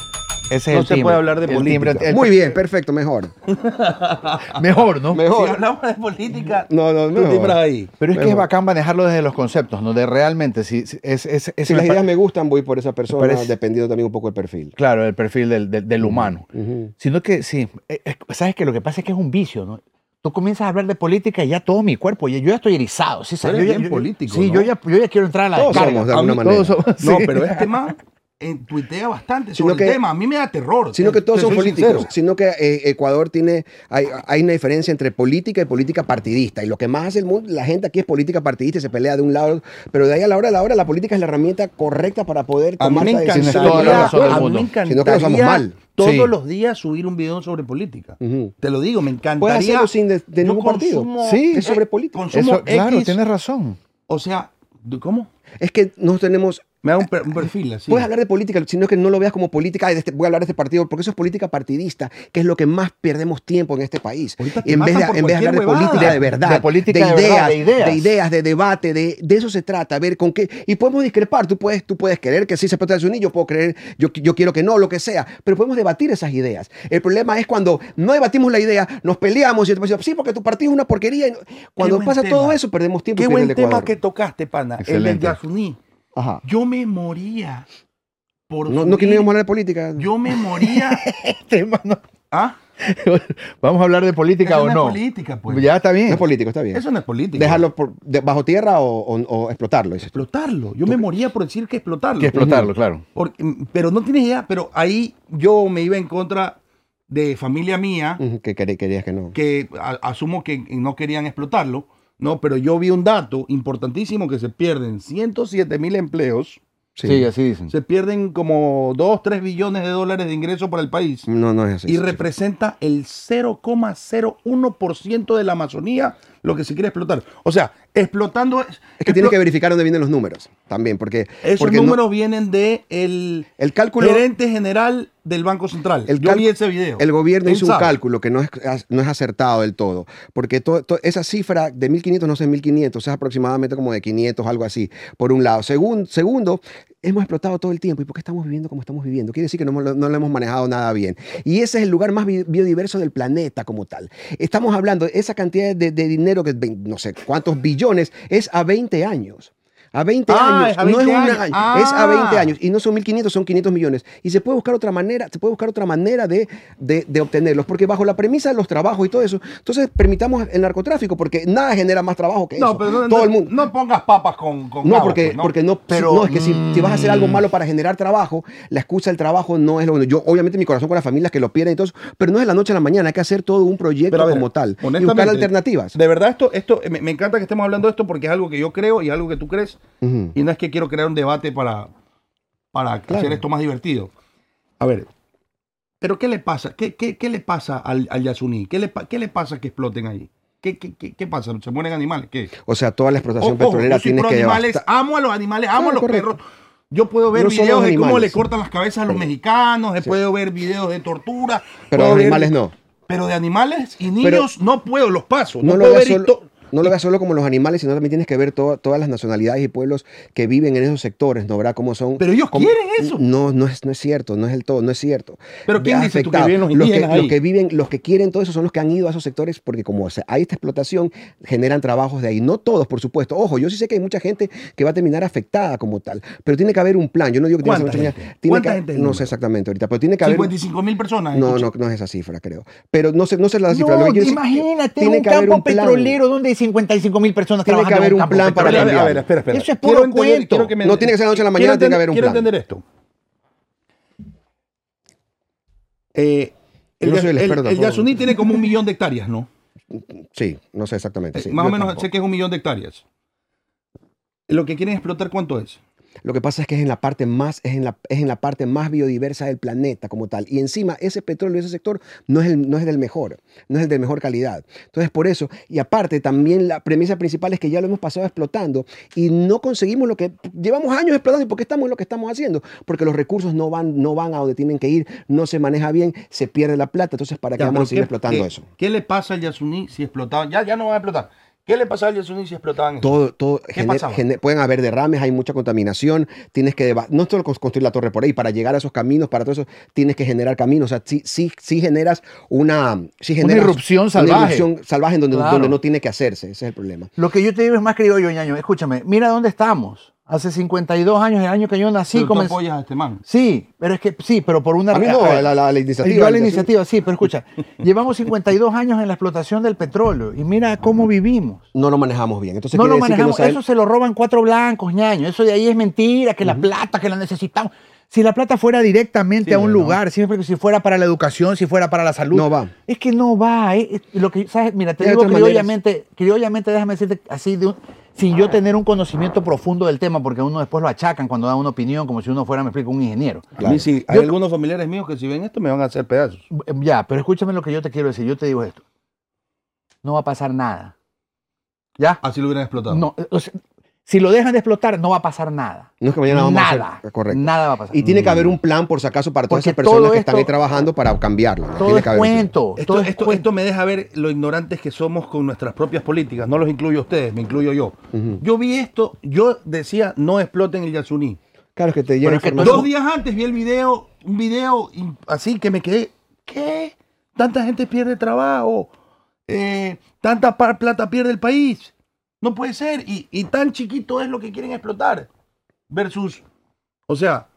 Ese es No el se timbre, puede hablar de el timbre, política. el- Muy bien, perfecto, mejor. Ah, mejor, ¿no? Mejor. Si hablamos de política, No, no, tú mejor. timbras ahí. Pero es que es Mejor. bacán manejarlo desde los conceptos, ¿no? De realmente, si, si- es, es- es Si las el pa- ideas me gustan, voy por esa persona, parece- dependiendo también un poco del perfil. Claro, el perfil del, del- del humano. Ujú. Sino que, sí, eh, eh, sabes que lo que pasa es que es un vicio, ¿no? Tú comienzas a hablar de política y ya todo mi cuerpo, ya- yo ya estoy erizado. ¿sí? Tú eres yo ya, bien yo- político, Sí, ¿no? yo, ya, yo ya quiero entrar a la Todos descarga. somos, de A alguna mí- manera. todos somos- No, sí. pero este man eh, tuitea bastante Sino sobre que- el tema. A mí me da terror. Sino te- que todos te son soy políticos, sincero. sino que eh, Ecuador tiene, hay, hay una diferencia entre política y política partidista. Y lo que más hace el mundo, la gente aquí es política partidista y se pelea de un lado, pero de ahí a la hora de la hora la política es la herramienta correcta para poder A mí tomar me esa decisión. Tienes toda la encantaría, razón del a mí mundo. me Sino que lo usamos encantaría mal. todos Sí. los días subir un video sobre política. Ujú. Te lo digo, me encantaría. Puedes hacerlo sin de, de Yo ningún partido. consumo- Sí. Es sobre política. Consumo Eso, claro, X, tienes razón. O sea, ¿de- ¿cómo? Es que no tenemos. Me da un, per- un perfil así. Puedes hablar de política, sino que no lo veas como política. "Ay, de este- voy a hablar de este partido, porque eso es política partidista, que es lo que más perdemos tiempo en este país. Ahorita te Y en vez de, matan por en vez de hablar de cualquier política huevada. de verdad, De política de ideas, verdad, de ideas. de ideas, de debate, de, de eso se trata. A ver con qué. Y podemos discrepar. Tú puedes, tú puedes querer que sí se protege unir, yo puedo creer, yo, yo quiero que no, lo que sea. Pero podemos debatir esas ideas. El problema es cuando no debatimos la idea, nos peleamos y después decimos, sí, porque tu partido es una porquería. y no- Cuando buen pasa tema. todo eso, perdemos tiempo. y Qué pierde buen el tema Ecuador. que tocaste, pana. El del Excelente. Yasuní. Ajá. Yo me moría por No, no subir- queríamos hablar de política. Yo me moría. Este, mano, ¿Ah? Vamos a hablar de política Eso o no no. es política, pues. Ya está No bien. es político, está bien. Eso no es política. dejarlo por- de- bajo tierra o, o- o explotarlo. dices tú. Explotarlo. Yo me moría por decir que explotarlo. que explotarlo, claro. Porque- mm, pero no tienes idea. Pero ahí yo me iba en contra de familia mía. Ujú, Que quer- querías que no. que a- asumo que no querían explotarlo, ¿no? Pero yo vi un dato importantísimo que se pierden 107 mil empleos, Sí, así Mm. dicen. se pierden como 2, 3 billones de dólares de ingresos para el país No, no es así. y Mm, sí, sí. representa el 0,01% de la Amazonía lo que se quiere explotar. O sea, explotando... Es que tienes que verificar dónde vienen los números también, porque, Esos porque no- números vienen de el el cálculo, gerente general del Banco Central. El yo cal- vi ese video. el gobierno Él hizo un sabe. cálculo que no es, no es acertado del todo, porque to- to- esa cifra de 1.500 no sé 1.500, es aproximadamente como de 500, algo así, por un lado. Segun- segundo, hemos explotado todo el tiempo. ¿Y por qué estamos viviendo como estamos viviendo? Quiere decir que no, hemos- no lo hemos manejado nada bien. Y ese es el lugar más bi- biodiverso del planeta como tal. Estamos hablando, esa cantidad de, de dinero que ve- no sé cuántos billones es a 20 años. A 20 Ah, años, es a no es 20 un años. año, es a 20 Ah. años y no son 1.500, son 500 millones. Y se puede buscar otra manera, se puede buscar otra manera de, de, de obtenerlos, porque bajo la premisa de los trabajos y todo eso, entonces permitamos el narcotráfico, porque nada genera más trabajo que eso. No, pero no, todo no- el mundo. no pongas papas con... con No, nabo, porque pues, no, porque no, Pero, no, es que si, si vas a hacer algo mm. malo para generar trabajo, la excusa del trabajo no es lo bueno. Yo, obviamente, mi corazón con las familias que lo pierden y todo eso, pero no es de la noche a la mañana, hay que hacer todo un proyecto Pero a ver, como tal y buscar honestamente, alternativas. De verdad, esto, esto me, me encanta que estemos hablando de esto porque es algo que yo creo y algo que tú crees. Ujú. Y no es que quiero crear un debate para, para hacer esto más divertido. A ver, pero ¿qué le pasa? ¿Qué, qué- qué le pasa al, al Yasuní? ¿Qué le, pa- qué le pasa que exploten ahí? ¿Qué, qué, qué- qué pasa? ¿Se mueren animales? ¿Qué? O sea, toda la explotación Ojo, petrolera yo soy tiene pro que animales, devastar- amo a los animales, amo Claro, a los correcto. perros. Yo puedo ver No son los videos de cómo animales. le cortan las cabezas a los mexicanos, puedo ver videos de tortura. Pero puedo los ver- animales no. Pero de animales y niños no puedo, los paso. No, no lo puedo veas ver solo, histo- no lo veas solo como los animales, sino también tienes que ver to- todas las nacionalidades y pueblos que viven en esos sectores, ¿no? ¿Verdad cómo son? Pero ellos cómo- quieren eso. No, no es, no es cierto, no es el todo, no es cierto. Pero ¿quién Ha dice tú que afectado. viven los que, indígenas ahí? los que viven, los que quieren todo eso son los que han ido a esos sectores porque como se- hay esta explotación, generan trabajos de ahí. No todos, por supuesto. Ojo, yo sí sé que hay mucha gente que va a terminar afectada como tal, pero tiene que haber un plan. Yo no digo que tiene que ¿Cuánta ser mucha gente? Tiene ¿Cuánta que, gente es el No número? sé exactamente ahorita, pero tiene que haber... 55 mil personas. No, Ah, escucha. no, no es esa cifra, creo. Pero no sé, no sé la cifra. No, lo que quiero decir- imagínate tiene un que haber campo un plan. petrolero donde hay 55 mil personas Tiene que trabajando. en haber un campo plan para Pero, a ver, petrolero. cambiar. a ver, espera, espera. Eso es Quiero puro entender- cuento. quiero me- No tiene que ser de la noche a la quiero mañana, tiene que entender- haber un Quiero plan. entender esto. Eh, el Yo no soy el el- experto el tampoco. Yasuní tiene como un millón de hectáreas, ¿no? Sí, no sé exactamente. Eh, sí, más yo o menos tampoco. sé que es un millón de hectáreas. Lo que quieren explotar, ¿cuánto es? Lo que pasa es que es en la parte más, es en la, es en la parte más biodiversa del planeta como tal. Y encima, ese petróleo, ese sector, no es, el, no es del mejor, no es el de mejor calidad. Entonces, por eso, y aparte, también la premisa principal es que ya lo hemos pasado explotando y no conseguimos lo que llevamos años explotando. ¿Y por qué estamos en lo que estamos haciendo? Porque los recursos no van, no van a donde tienen que ir, no se maneja bien, se pierde la plata. Entonces, ¿para qué Ya, vamos pero a seguir ¿qué- explotando qué- eso? ¿Qué le pasa al Yasuní si explotaban? Ya, ya no van a explotar. ¿Qué le pasaba al Yasuní si explotaban? eso? Todo, todo ¿Qué gener- pasaba? gener- pueden haber derrames, hay mucha contaminación, tienes que deba- no solo cons- construir la torre por ahí, para llegar a esos caminos, para todo eso, tienes que generar caminos. O sea, sí, sí, sí generas una, sí generas irrupción salvaje. irrupción salvaje en donde, Claro. donde no tiene que hacerse, ese es el problema. Lo que yo te digo es más criollo, ñaño. Escúchame, mira dónde estamos. Hace 52 años, el año que yo nací, Pero tú comenz- apoyas a este man. Sí, pero es que sí, pero por una A mí ra- no, a ver, la- la- la iniciativa, yo a la la iniciativa, sí, pero escucha, llevamos 52 años en la explotación del petróleo y mira cómo vivimos. No lo manejamos bien. Entonces No lo quiere decir que no manejamos, sabe- eso se lo roban cuatro blancos, ñaño. Eso de ahí es mentira, que la plata, que la necesitamos. Si la plata fuera directamente Sí, a un pero no. lugar, siempre que si fuera para la educación, si fuera para la salud. No va. Es que no va. eh. Es- Lo que, ¿sabes? Mira, te Hay digo otras maneras. criollamente, criollamente, déjame decirte así, de un- sin yo tener un conocimiento profundo del tema, porque a uno después lo achacan cuando da una opinión, como si uno fuera, me explico, un ingeniero. A Claro. mí sí, hay algunos familiares míos que si ven esto me van a hacer pedazos. Eh, Ya, pero escúchame lo que yo te quiero decir. Yo te digo esto. No va a pasar nada. ¿Ya? Ah, Así lo hubieran explotado. No, eh, o sea, si lo dejan de explotar, no va a pasar nada. No es que mañana vamos nada. a hacer. Correcto. Nada va a pasar. Y tiene que haber un plan, por si acaso, para todas Porque esas personas todo que están ahí esto- trabajando para cambiarlo. ¿no? todo Tiene es que haber un plan. cuento. Esto, todo es esto, cuento. esto me deja ver lo ignorantes que somos con nuestras propias políticas. No los incluyo a ustedes, me incluyo yo. Yo vi esto, yo decía no exploten el Yasuní. Claro, es que te Pero llega es que tú- información. Dos días antes vi el video, un video y- así que me quedé, ¿qué? Tanta gente pierde trabajo, eh, tanta par- plata pierde el país. No puede ser, y, y tan chiquito es lo que quieren explotar. Versus, o sea,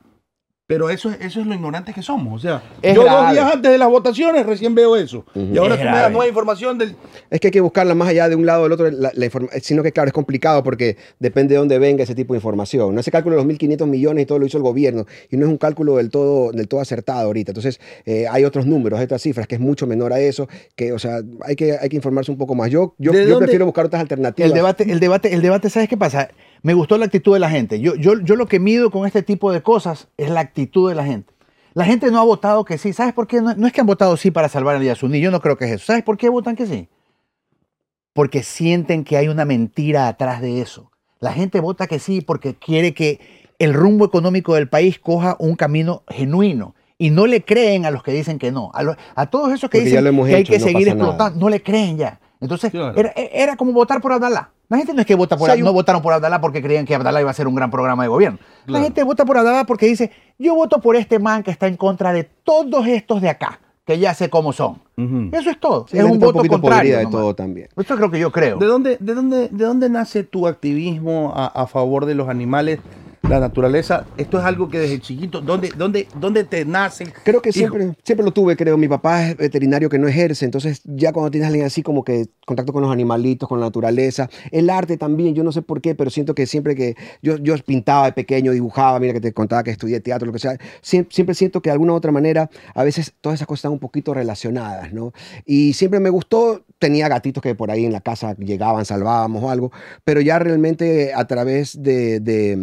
pero eso, es- eso es lo ignorantes que somos. O sea, Es yo dos grave. días antes de las votaciones recién veo eso. Y ahora Es tú me das grave. nueva información del. Es que hay que buscarla más allá de un lado o del otro, la, la informa- sino que claro, es complicado porque depende de dónde venga ese tipo de información. No ese cálculo de los 1.500 millones y todo lo hizo el gobierno y no es un cálculo del todo, del todo acertado ahorita. Entonces eh, hay otros números, hay otras cifras que es mucho menor a eso, que o sea, hay que, hay que informarse un poco más. Yo, yo, ¿De yo dónde- prefiero buscar otras alternativas. El debate, el debate, el debate, ¿sabes qué pasa? Me gustó la actitud de la gente. Yo, yo, yo lo que mido con este tipo de cosas es la actitud de la gente. La gente no ha votado que sí. ¿Sabes por qué? No, no es que han votado sí para salvar al Yasuní. Yo no creo que es eso. ¿Sabes por qué votan que sí? Porque sienten que hay una mentira atrás de eso. La gente vota que sí porque quiere que el rumbo económico del país coja un camino genuino. Y no le creen a los que dicen que no. A, lo- a todos esos que Porque ya dicen lo hemos que hay hecho, que no seguir pasa nada. explotando no le creen ya. Entonces, Claro. era, E, era como votar por Abdalá. La gente no es que vota por Sí, hay un- no votaron por Abdalá porque creían que Abdalá iba a ser un gran programa de gobierno. La Claro. gente vota por Abdalá porque dice, yo voto por este man que está en contra de todos estos de acá, que ya sé cómo son. Eso es todo. Mm. Sí, es la gente un está voto poquito contrario. podrida de nomás. todo también. Esto es lo que yo creo. ¿De dónde, de dónde, de dónde nace tu activismo a, a favor de los animales, la naturaleza? Esto es algo que desde chiquito, ¿dónde, dónde, dónde te nace? Creo que Hijo, siempre, siempre lo tuve, creo. Mi papá es veterinario que no ejerce, entonces ya cuando tienes a alguien así como que contacto con los animalitos, con la naturaleza, el arte también, yo no sé por qué, pero siento que siempre que yo, yo pintaba de pequeño, dibujaba, mira que te contaba que estudié teatro, lo que sea, siem- siempre, siento que de alguna u otra manera a veces todas esas cosas están un poquito relacionadas, ¿no? Y siempre me gustó, tenía gatitos que por ahí en la casa llegaban, salvábamos o algo, pero ya realmente a través de, de,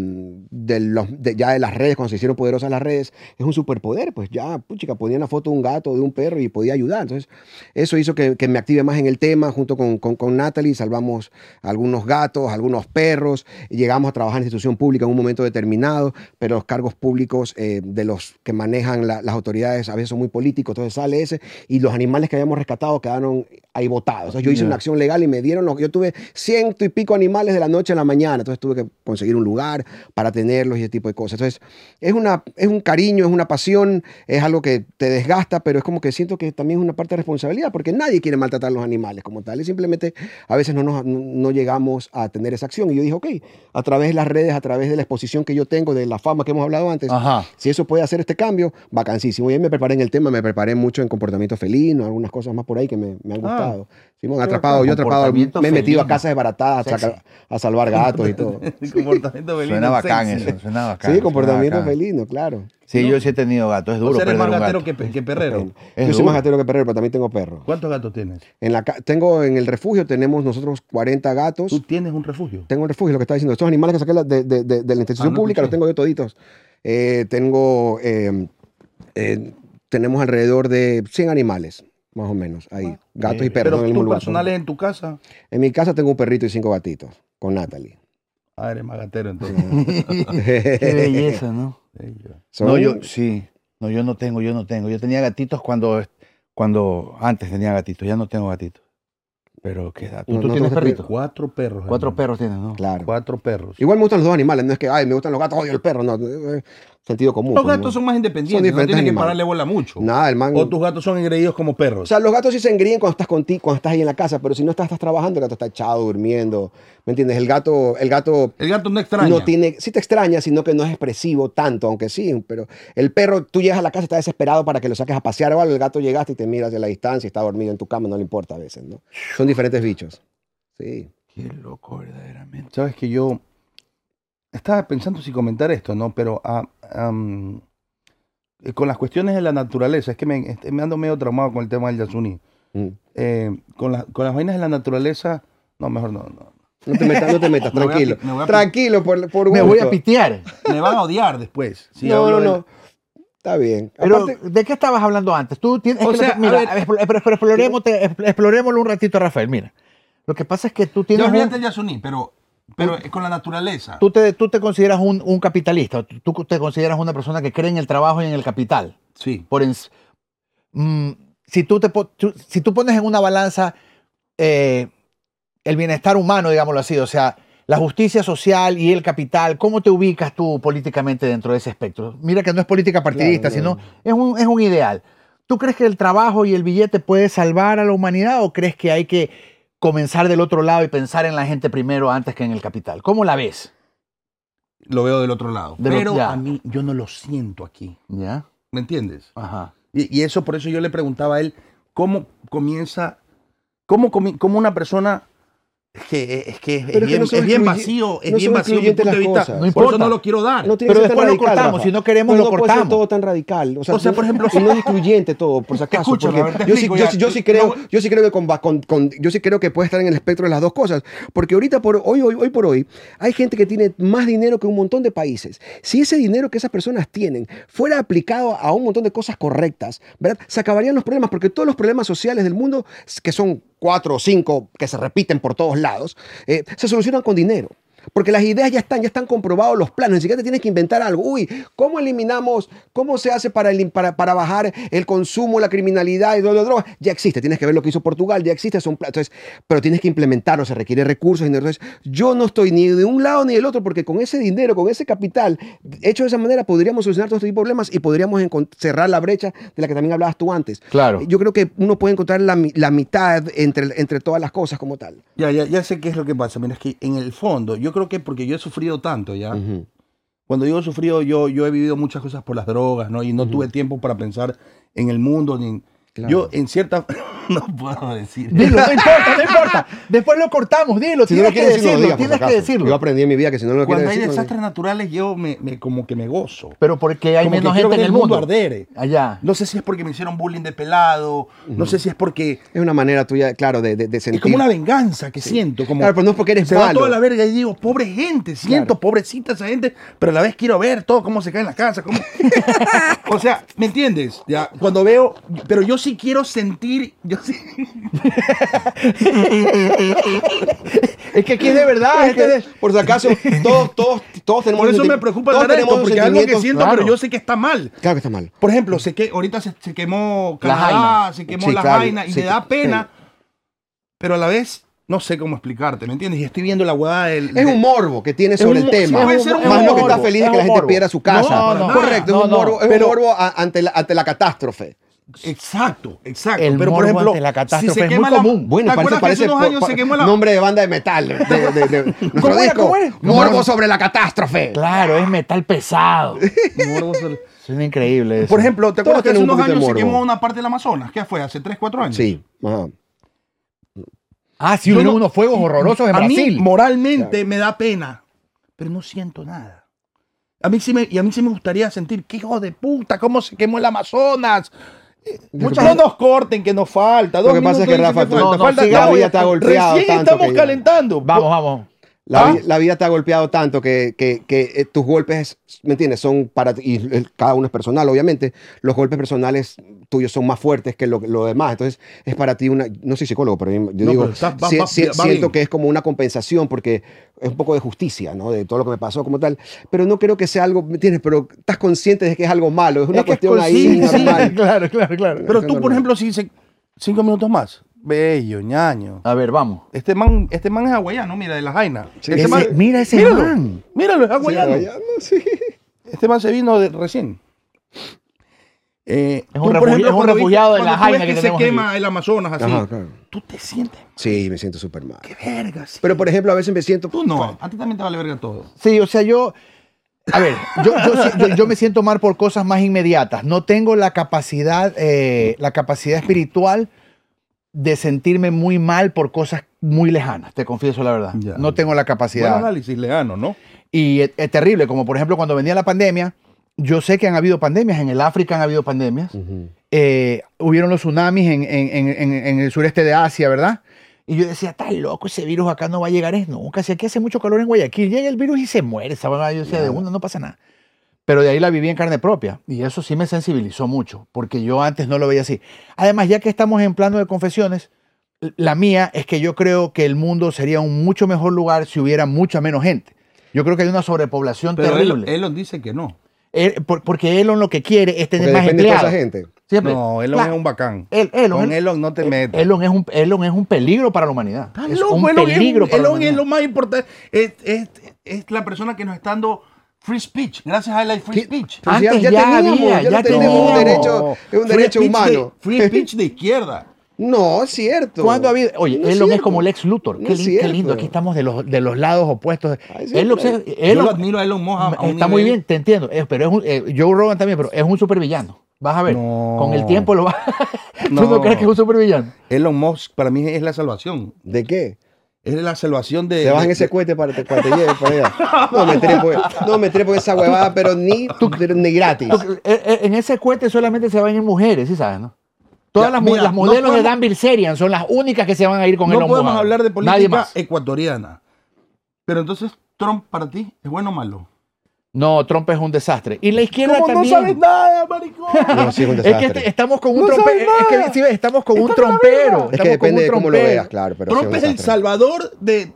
de los, de- ya de las redes, cuando se hicieron poderosas las redes, es un superpoder, pues ya, puchica, ponía una foto de un gato o de un perro y podía ayudar. Entonces, eso hizo que, que me active más en el tema junto con, con, con Natalie, salvamos algunos gatos, algunos perros, llegamos a trabajar en institución pública en un momento determinado, pero los cargos públicos eh, de los que manejan la- las autoridades a veces son muy políticos, entonces sale ese y los animales que habíamos rescatado quedaron ahí botados. O sea, yo hice Ya. una acción legal y me dieron los, yo tuve ciento y pico animales de la noche a la mañana, entonces tuve que conseguir un lugar para tenerlos y ese tipo de cosas. Entonces, es, una, es un cariño, es una pasión, es algo que te desgasta, pero es como que siento que también es una parte de responsabilidad, porque nadie quiere maltratar a los animales como tal, y simplemente a veces no, nos- no- no llegamos a tener esa acción. Y yo dije, ok, a través de las redes, a través de la exposición que yo tengo, de la fama que hemos hablado antes, Ajá. si eso puede hacer este cambio, vacancísimo. Y ahí me preparé en el tema, me preparé mucho en comportamiento felino, algunas cosas más por ahí que me, me han Ah, gustado. atrapado. Simón, Qué atrapado, bacán. yo atrapado. Me Comportamiento he metido a felino. casas desbaratadas a, sacar- a salvar gatos y todo. comportamiento felino Suena bacán sexy. eso, suena bacán. Sí, suena comportamiento bacán. felino, claro. Sí, ¿No? yo sí he tenido gato, es O duro sea, eres perder más un gatero gato. que, pe- que perrero. Yo Es soy duro. más gatero que perrero, pero también tengo perro. ¿Cuántos gatos tienes? En la, ca- tengo en el refugio, tenemos nosotros 40 gatos. Tú tienes un refugio. Tengo el refugio, lo que estaba diciendo. Estos animales que saqué la- de, de- de- de la institución Ah, no pública los escuché. tengo yo toditos. Eh, tengo. eh, eh, tenemos alrededor de 100 animales, más o menos, ahí. gatos y Eh, bien. perros en el Pero mismo tú lugar. personal es en tu casa. En mi casa tengo un perrito y cinco gatitos, con Natalie. Ah, eres más gatero entonces. Qué belleza, ¿no? Sí, ya. Son- No, yo sí. No, yo no tengo, yo no tengo. Yo tenía gatitos cuando, cuando antes tenía gatitos, ya no tengo gatitos. Pero qué dato. No, ¿Tú no tienes tengo perritos? Cuatro perros. Cuatro hermano. perros tienes, ¿no? Claro. Cuatro perros. Igual me gustan los dos animales, no es que, ay, me gustan los gatos, odio el perro, no. eh, Sentido común. Los pues, gatos ¿no? son más Son independientes, no diferentes tienen que animales. pararle bola mucho. Nada, el man. O tus gatos son engreídos como O perros. sea, los gatos sí se engríen cuando estás contigo, cuando estás ahí en la casa, pero si no estás, estás trabajando, el gato está echado, durmiendo. ¿Me entiendes? El gato, el gato El gato no extraña. no tiene, sí te extraña, sino que no es expresivo tanto, aunque sí, pero el perro, tú llegas a la casa, está desesperado para que lo saques a pasear o algo, el gato llegaste y te miras de la distancia, está dormido en tu cama, no le importa a veces, ¿no? Son diferentes bichos. Sí. Qué loco, verdaderamente. Sabes que yo estaba pensando si comentar esto, ¿no? Pero ah, am, eh, con las cuestiones de la naturaleza, es que me, este, me ando medio traumado con el tema del Yasuni. Mm. Eh, con, las- con las vainas de la naturaleza, no, mejor no. no. No te metas, no te metas, Me voy a tranquilo. pi- me voy a pi- Tranquilo, por, por Me voy a gusto. pitear. Me van a odiar después. si no, hablo no, de- no. Está bien. Pero, Aparte, ¿de qué estabas hablando antes? Tú tienes, es O que lo sea, que- a mira, ver- expl- expl- expl- exploremos- te- expl- explorémoslo un ratito, Rafael. Mira, lo que pasa es que tú Ya tienes. olvídate un- del Yasuni, pero, pero es con la naturaleza. tú, te, tú te consideras un, un capitalista, o tú te consideras una persona que cree en el trabajo y en el capital. Sí. Por ens- mm, si, tú te, po- tú- si tú pones en una balanza eh, el bienestar humano, digámoslo así, o sea, la justicia social y el capital, ¿cómo te ubicas tú políticamente dentro de ese espectro? Mira que no es política partidista, Claro, sino es un, es un ideal. ¿Tú crees que el trabajo y el billete puede salvar a la humanidad o crees que hay que comenzar del otro lado y pensar en la gente primero antes que en el capital? ¿Cómo la ves? Lo veo del otro lado. Del pero otro- ya. a mí, yo no lo siento aquí. ¿Ya? ¿Me entiendes? Ajá. Y, y eso, por eso yo le preguntaba a él, ¿cómo comienza, cómo, comi- cómo una persona... Es que es, que es Pero es que bien, no son es bien excluye- vacío, es no bien son vacío mi excluyentes punto de las vista. cosas. No por eso importa. no lo quiero dar. No tiene Pero que ser tan después lo radical, cortamos, Rafa. si no queremos Pero lo no puede ser cortamos. todo tan radical. O sea, O sea, no- por ejemplo, y no es incluyente todo, por si Te acaso. escucho, porque Robert, te yo, sí, explico yo ya. sí- yo sí creo, No- yo sí creo que con, va- con- con- yo sí creo que puede estar en el espectro de las dos cosas, porque ahorita por hoy, hoy, hoy por hoy, hay gente que tiene más dinero que un montón de países. Si ese dinero que esas personas tienen fuera aplicado a un montón de cosas correctas, ¿verdad? Se acabarían los problemas, porque todos los problemas sociales del mundo, que son cuatro o cinco que se repiten por todos lados, eh, se solucionan con dinero. Porque las ideas ya están, ya están comprobados los planos, ni siquiera te tienes que inventar algo. Uy, ¿cómo eliminamos, cómo se hace para, elim- para, para bajar el consumo, la criminalidad y todo lo drogas? Ya existe, tienes que ver lo que hizo Portugal, ya existe, son pla- entonces, pero tienes que implementarlo, se requiere recursos. dinero. Entonces, yo no estoy ni de un lado ni del otro, porque con ese dinero, con ese capital, hecho de esa manera, podríamos solucionar todos estos tipos de problemas y podríamos encon- cerrar la brecha de la que también hablabas tú antes. Claro. Yo creo que uno puede encontrar la, mi- la mitad entre, entre todas las cosas como tal. Ya, ya, ya sé qué es lo que pasa. Mira, es que en el fondo, yo creo que porque yo he sufrido tanto, ¿ya? Ujú. Cuando digo sufrido, yo, yo he vivido muchas cosas por las drogas, ¿no? Y no tuve tiempo para pensar en el mundo, ni en- Claro. Yo, en cierta... no puedo decir. Dilo, no importa, no importa. Después lo cortamos, dilo. Si no tienes lo que quieres decir, no decirlo, lo digas, por tienes si que acaso. Yo decirlo. aprendí en mi vida que si no lo quieres Cuando hay decir... no lo digas. desastres naturales, yo me, me- como que me gozo. Pero porque hay Como que menos quiero gente en ver el mundo. arder. Allá. No sé si es porque me hicieron bullying de pelado, no sé si es porque... Es una manera tuya, claro, de, de, de sentir. Es como una venganza que siento. Como, Claro, pero no es porque eres se va malo. toda la verga y digo, pobre gente, siento pobrecita esa gente, pero a la vez quiero ver todo cómo se cae en la casa. cómo- o sea, ¿me entiendes? Ya, cuando veo, pero yo sí quiero sentir, yo sí, Es que aquí es de verdad. Es que, por si acaso, todos, todos, todos tenemos. por eso senti- me preocupa todos hablar esto, tenemos porque es algo que sentimientos- siento, pero claro. yo sé que está mal. Claro que está mal. Por ejemplo, sé que ahorita se, se quemó La Canadá, Jaina. se quemó Sí, la claro, vaina y sí, me da sí. pena, pero a la vez no sé cómo explicarte, ¿me entiendes? Y estoy viendo la huevada del... Es de- un morbo que tiene un sobre el mo- tema. sí, puede ser un Más no que morbo, está feliz es de que un la gente morbo. pierda su casa. No, no, Correcto, es un no, morbo, es un pero- morbo a- ante, la, ante la catástrofe. Exacto, exacto. El pero por morbo ejemplo, ante la si catástrofe se es muy quema la- común. Bueno, ¿te parece, acuerdas que parece hace unos años po- se po- quemó la nombre de banda de metal. de- de- de- de- nuestro ¿Cómo era? disco. ¿Cómo era? Morbo sobre la catástrofe. Claro, es metal pesado. Morbo sobre- Suena increíble eso. Por ejemplo, ¿te acuerdas que hace tienen un unos poquito de años se morbo. quemó una parte del Amazonas? ¿Qué fue? ¿Hace 3, 4 años? Sí, ajá. Ah, sí, Yo hubo no- unos fuegos horrorosos en a Brasil. mí moralmente me da pena, pero no siento nada. A mí sí me, y a mí sí me gustaría sentir, qué hijo de puta, cómo se quemó el Amazonas. Eh, que Muchas pasa- no nos corten, que nos falta. Lo que pasa es que, Rafa, tú- no, no, sí, la la vida te ha golpeado Recién tanto estamos que ya- calentando. Vamos, vamos. La, ¿Ah? vi- la vida te ha golpeado tanto que, que- que, eh, tus golpes, ¿me entiendes? Son para ti, y el- cada uno es personal, obviamente. Los golpes personales tuyos son más fuertes que lo, lo demás. Entonces, es para ti una. No soy psicólogo, pero yo No, digo. pero está- va- si- va- si- va bien. siento que es como una compensación porque es un poco de justicia, ¿no? De todo lo que me pasó como tal. Pero no creo que sea algo, ¿me entiendes? Pero estás consciente de que es algo malo. Es una Es que es cuestión ahí consciente, sí, normal. claro, claro, claro. Pero Eso tú, es por normal. ejemplo, si dices cinco minutos más. Bello, ñaño. A ver, vamos. Este man, este man es hawaiano, mira, de la jaina. Sí. Este Ese- man- mira ese míralo, man. Míralo, es Sí, hawaiano. hawaiano, sí. Este man se vino de, recién. Eh, Es tú, un por refugi- es un cuando refugiado de cuando la tú ves Jaina que se tenemos quema el Amazonas así. Ajá, claro. Tú te sientes, Sí, me siento súper mal. qué verga. sí. Pero, por ejemplo, a veces me siento. tú no, a ti también te vale verga todo. Sí, o sea, yo. A ver, yo, yo sí- yo- yo me siento mal por cosas más inmediatas. No tengo la capacidad, eh, la capacidad espiritual de sentirme muy mal por cosas muy lejanas, te confieso la verdad. Ya. No tengo la Buen ah. capacidad. análisis leano, ¿no? y es, es terrible, como por ejemplo cuando venía la pandemia, yo sé que han habido pandemias, en el África han habido pandemias, Ujú. eh, hubieron los tsunamis en, en- en- en- en el sureste de Asia, ¿verdad? Y yo decía, está loco, ese virus acá no va a llegar es nunca. Si aquí hace mucho calor en Guayaquil, llega el virus y se muere. esa vaina. Yo decía, de una no pasa nada. Pero de ahí la viví en carne propia. Y eso sí me sensibilizó mucho, porque yo antes no lo veía así. Además, ya que estamos en plano de confesiones, la mía es que yo creo que el mundo sería un mucho mejor lugar si hubiera mucha menos gente. Yo creo que hay una sobrepoblación Pero Elon, terrible. eh Elon dice que no. Él- por- porque Elon lo que quiere es tener Porque más depende de toda empleados. esa gente. Siempre. No, Elon La- es un bacán. el- Elon, Con el- Elon no te metas. Elon es un, Elon es un peligro para la humanidad. Estás es loco, un Elon es peligro un- para la Elon es humanidad. lo más importante. Es, es- es la persona que nos está dando free speech. Gracias a él hay free ¿Qué? speech. Pues Antes ya había, lo ya un teníamos. derecho, es un Free derecho speech humano. de- free speech de izquierda. No, es cierto. ¿Cuándo ha habido? Oye, No Elon es cierto. como Lex Luthor. No qué, es lin- qué cierto. lindo, aquí estamos de los, de los lados opuestos. Ay, sí, Elon, claro. Ah, Yo Elon- lo admiro a Elon Musk. a- a un está muy nivel- bien, te entiendo. eh, pero es un, eh, Joe Rogan también, pero es un supervillano. Vas a ver. No. Con el tiempo lo vas. ¿Tú no No. crees que es un supervillano? Elon Musk para mí es la salvación. ¿De qué? Es la salvación de. Te vas en de- ese cohete para, te- para que te lleve para allá. No me trepo, no me trepo en esa huevada, pero ni, pero ni gratis. Porque, eh, eh, en ese cohete solamente se van a ir mujeres, ¿sí sabes, no? Todas Ya, las, mu- mira, las no modelos de podemos- Dan Bilzerian son las únicas que se van a ir con No Elon Musk. podemos hablar de Nadie política más. ecuatoriana. Pero entonces, Trump para ti es bueno o malo. No, Trump es un desastre. Y la izquierda ¿Cómo también. no sabes nada, maricón? No, sí, es un Es que desastre. este- estamos con un No trompe- sabes Es nada. que, sí, ves, estamos con un Estás en la trompero. verga. Es Estamos que depende con de un cómo lo trompero. veas, claro. Pero Trump sí, es un el desastre. salvador de.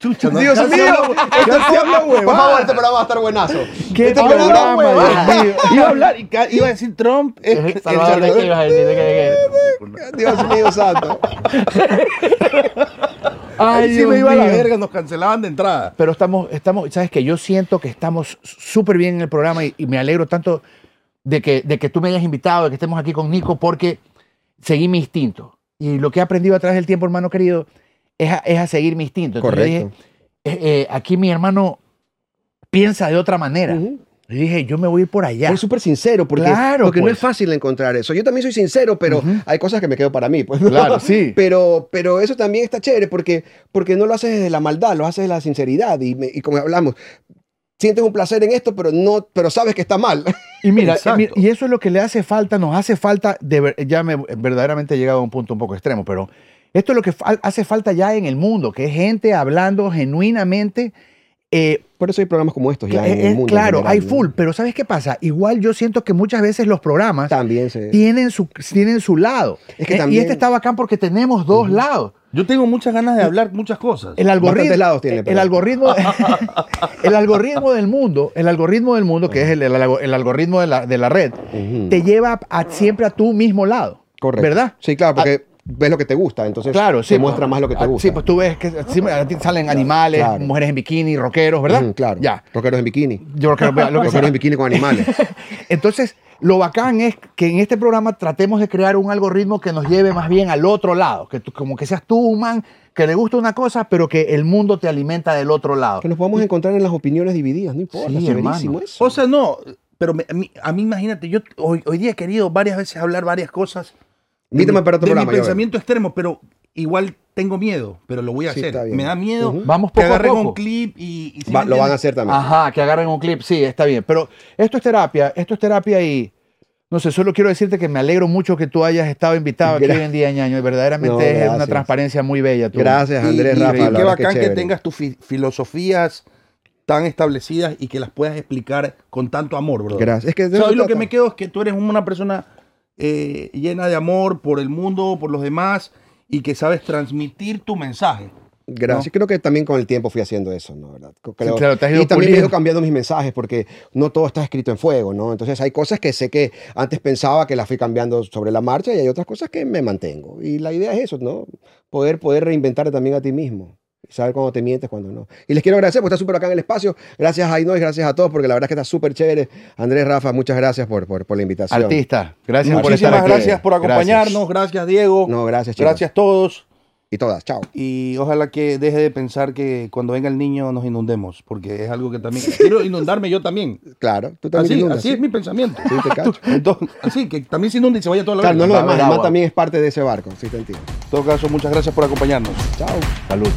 Chucha, ¿no? Dios Casi mío, hablo- casi hablo Por huevada. favor, este programa va a estar buenazo. ¿Qué Este programa, programa, Dios huevada. mío? Iba a hablar, y ca- iba a decir Trump es Es el el Salvador, ¿de qué ibas a salvador. decir? ¿De qué, de Dios mío santo. qué? Ahí Ay, sí Dios me iba a la mío. verga, nos cancelaban de entrada. Pero estamos, estamos, ¿sabes qué? Yo siento que estamos súper bien en el programa y, y me alegro tanto de que, de que tú me hayas invitado, de que estemos aquí con Nico, porque seguí mi instinto. Y lo que he aprendido a través del tiempo, hermano querido, es a, es a seguir mi instinto. Entonces yo Correcto. dije, eh, eh, aquí mi hermano piensa de otra manera. Ujú. Y dije, yo me voy a ir por allá. Soy súper sincero, porque, Claro, porque no pues. es fácil encontrar eso. Yo también soy sincero, pero hay cosas que me quedo para mí. Pues, ¿no? Claro, sí. Pero, pero eso también está chévere, porque, porque no lo haces desde la maldad, lo haces desde la sinceridad. Y, me- y como hablamos, sientes un placer en esto, pero, no, pero sabes que está mal. Y mira, Exacto. y mira, y eso es lo que le hace falta, nos hace falta, de ver- ya me verdaderamente he llegado a un punto un poco extremo, pero esto es lo que fa- hace falta ya en el mundo, que es gente hablando genuinamente. eh, Por eso hay programas como estos Pues ya que en es- el mundo. en claro, general, hay ¿no? full, pero ¿sabes qué pasa? Igual yo siento que muchas veces los programas También se... tienen, su, tienen su lado. Es que Eh, también- Y este está bacán porque tenemos dos lados. Yo tengo muchas ganas de hablar muchas cosas. El algoritmo, Bastantes lados tiene, el pero- algoritmo, el algoritmo del mundo, el algoritmo del mundo, que es el, el algo- el algoritmo de la, de la red, Ujú. te lleva a- siempre a tu mismo lado. Mm. Correcto. ¿Verdad? Ah, Sí, claro, porque ves lo que te gusta, entonces Claro, sí. te muestra pues, más lo que te ah, gusta. Sí, pues tú ves que siempre a ti salen animales, claro. mujeres en bikini, rockeros, ¿verdad? Ujú, claro. Ya. Rockeros en bikini. Yo creo que lo que Rockeros sea. en bikini con animales. Entonces, lo bacán es que en este programa tratemos de crear un algoritmo que nos lleve más bien al otro lado, que tú- como que seas tú un man que le gusta una cosa, pero que el mundo te alimenta del otro lado. que nos podemos encontrar en las opiniones divididas, no importa. Sí, es chéverísimo hermano. O eso. sea, no, pero me- a, mí, a mí imagínate, yo hoy, hoy día he querido varias veces hablar varias cosas. de Invítame mi- para otro de programa, mi ya pensamiento extremo, pero igual tengo miedo, pero lo voy a Sí, está hacer. bien. Me da miedo Ujú. Vamos que poco a agarren poco. un clip y... y- ¿sí Va- me lo van entiendes? a hacer también. Ajá, que agarren un clip, sí, está bien. Pero esto es terapia, esto es terapia y no sé, solo quiero decirte que me alegro mucho que tú hayas estado invitado aquí Gra- hoy en día, ñaño. y Verdaderamente No, es una gracias. transparencia muy bella. tú. Gracias, Y- Andrés, y Rafa. la qué verdad bacán que, chévere. tengas tus fi- filosofías tan establecidas y que las puedas explicar con tanto amor, bro. Gracias. Es que O sea, hoy lo que me quedo es que tú eres una persona eh, llena de amor por el mundo, por los demás y que sabes transmitir tu mensaje. Gracias. Creo que también con el tiempo fui haciendo eso, ¿no? ¿Verdad? Co- creo- claro, te has ido y también he puliendo. ido cambiando mis mensajes porque no todo está escrito en fuego, ¿no? Entonces hay cosas que sé que antes pensaba que las fui cambiando sobre la marcha y hay otras cosas que me mantengo. Y la idea es eso, ¿no? Poder, poder reinventarte también a ti mismo. Y saber cuándo te mientes, cuándo no. Y les quiero agradecer por estar súper acá en el espacio. Gracias a Ainoy, gracias a todos, porque la verdad es que está súper chévere. Andrés, Rafa, muchas gracias por, por, por la invitación. Artista, gracias por estar Muchísimas aquí. gracias por acompañarnos, gracias, Diego, No, gracias, chicos. gracias a todos Y todas, chao. y ojalá que deje de pensar que cuando venga el niño nos inundemos, porque es algo que también quiero inundarme yo también. Claro, tú también. Así, inundas, así ¿sí? es mi pensamiento. Sí, te cacho. Entonces, así que también se inunde y se vaya toda la Claro, no verga. es lo Va a haber demás, el man agua. también es parte de ese barco, sí te entiendo. En todo caso, muchas gracias por acompañarnos. Chao. Salud.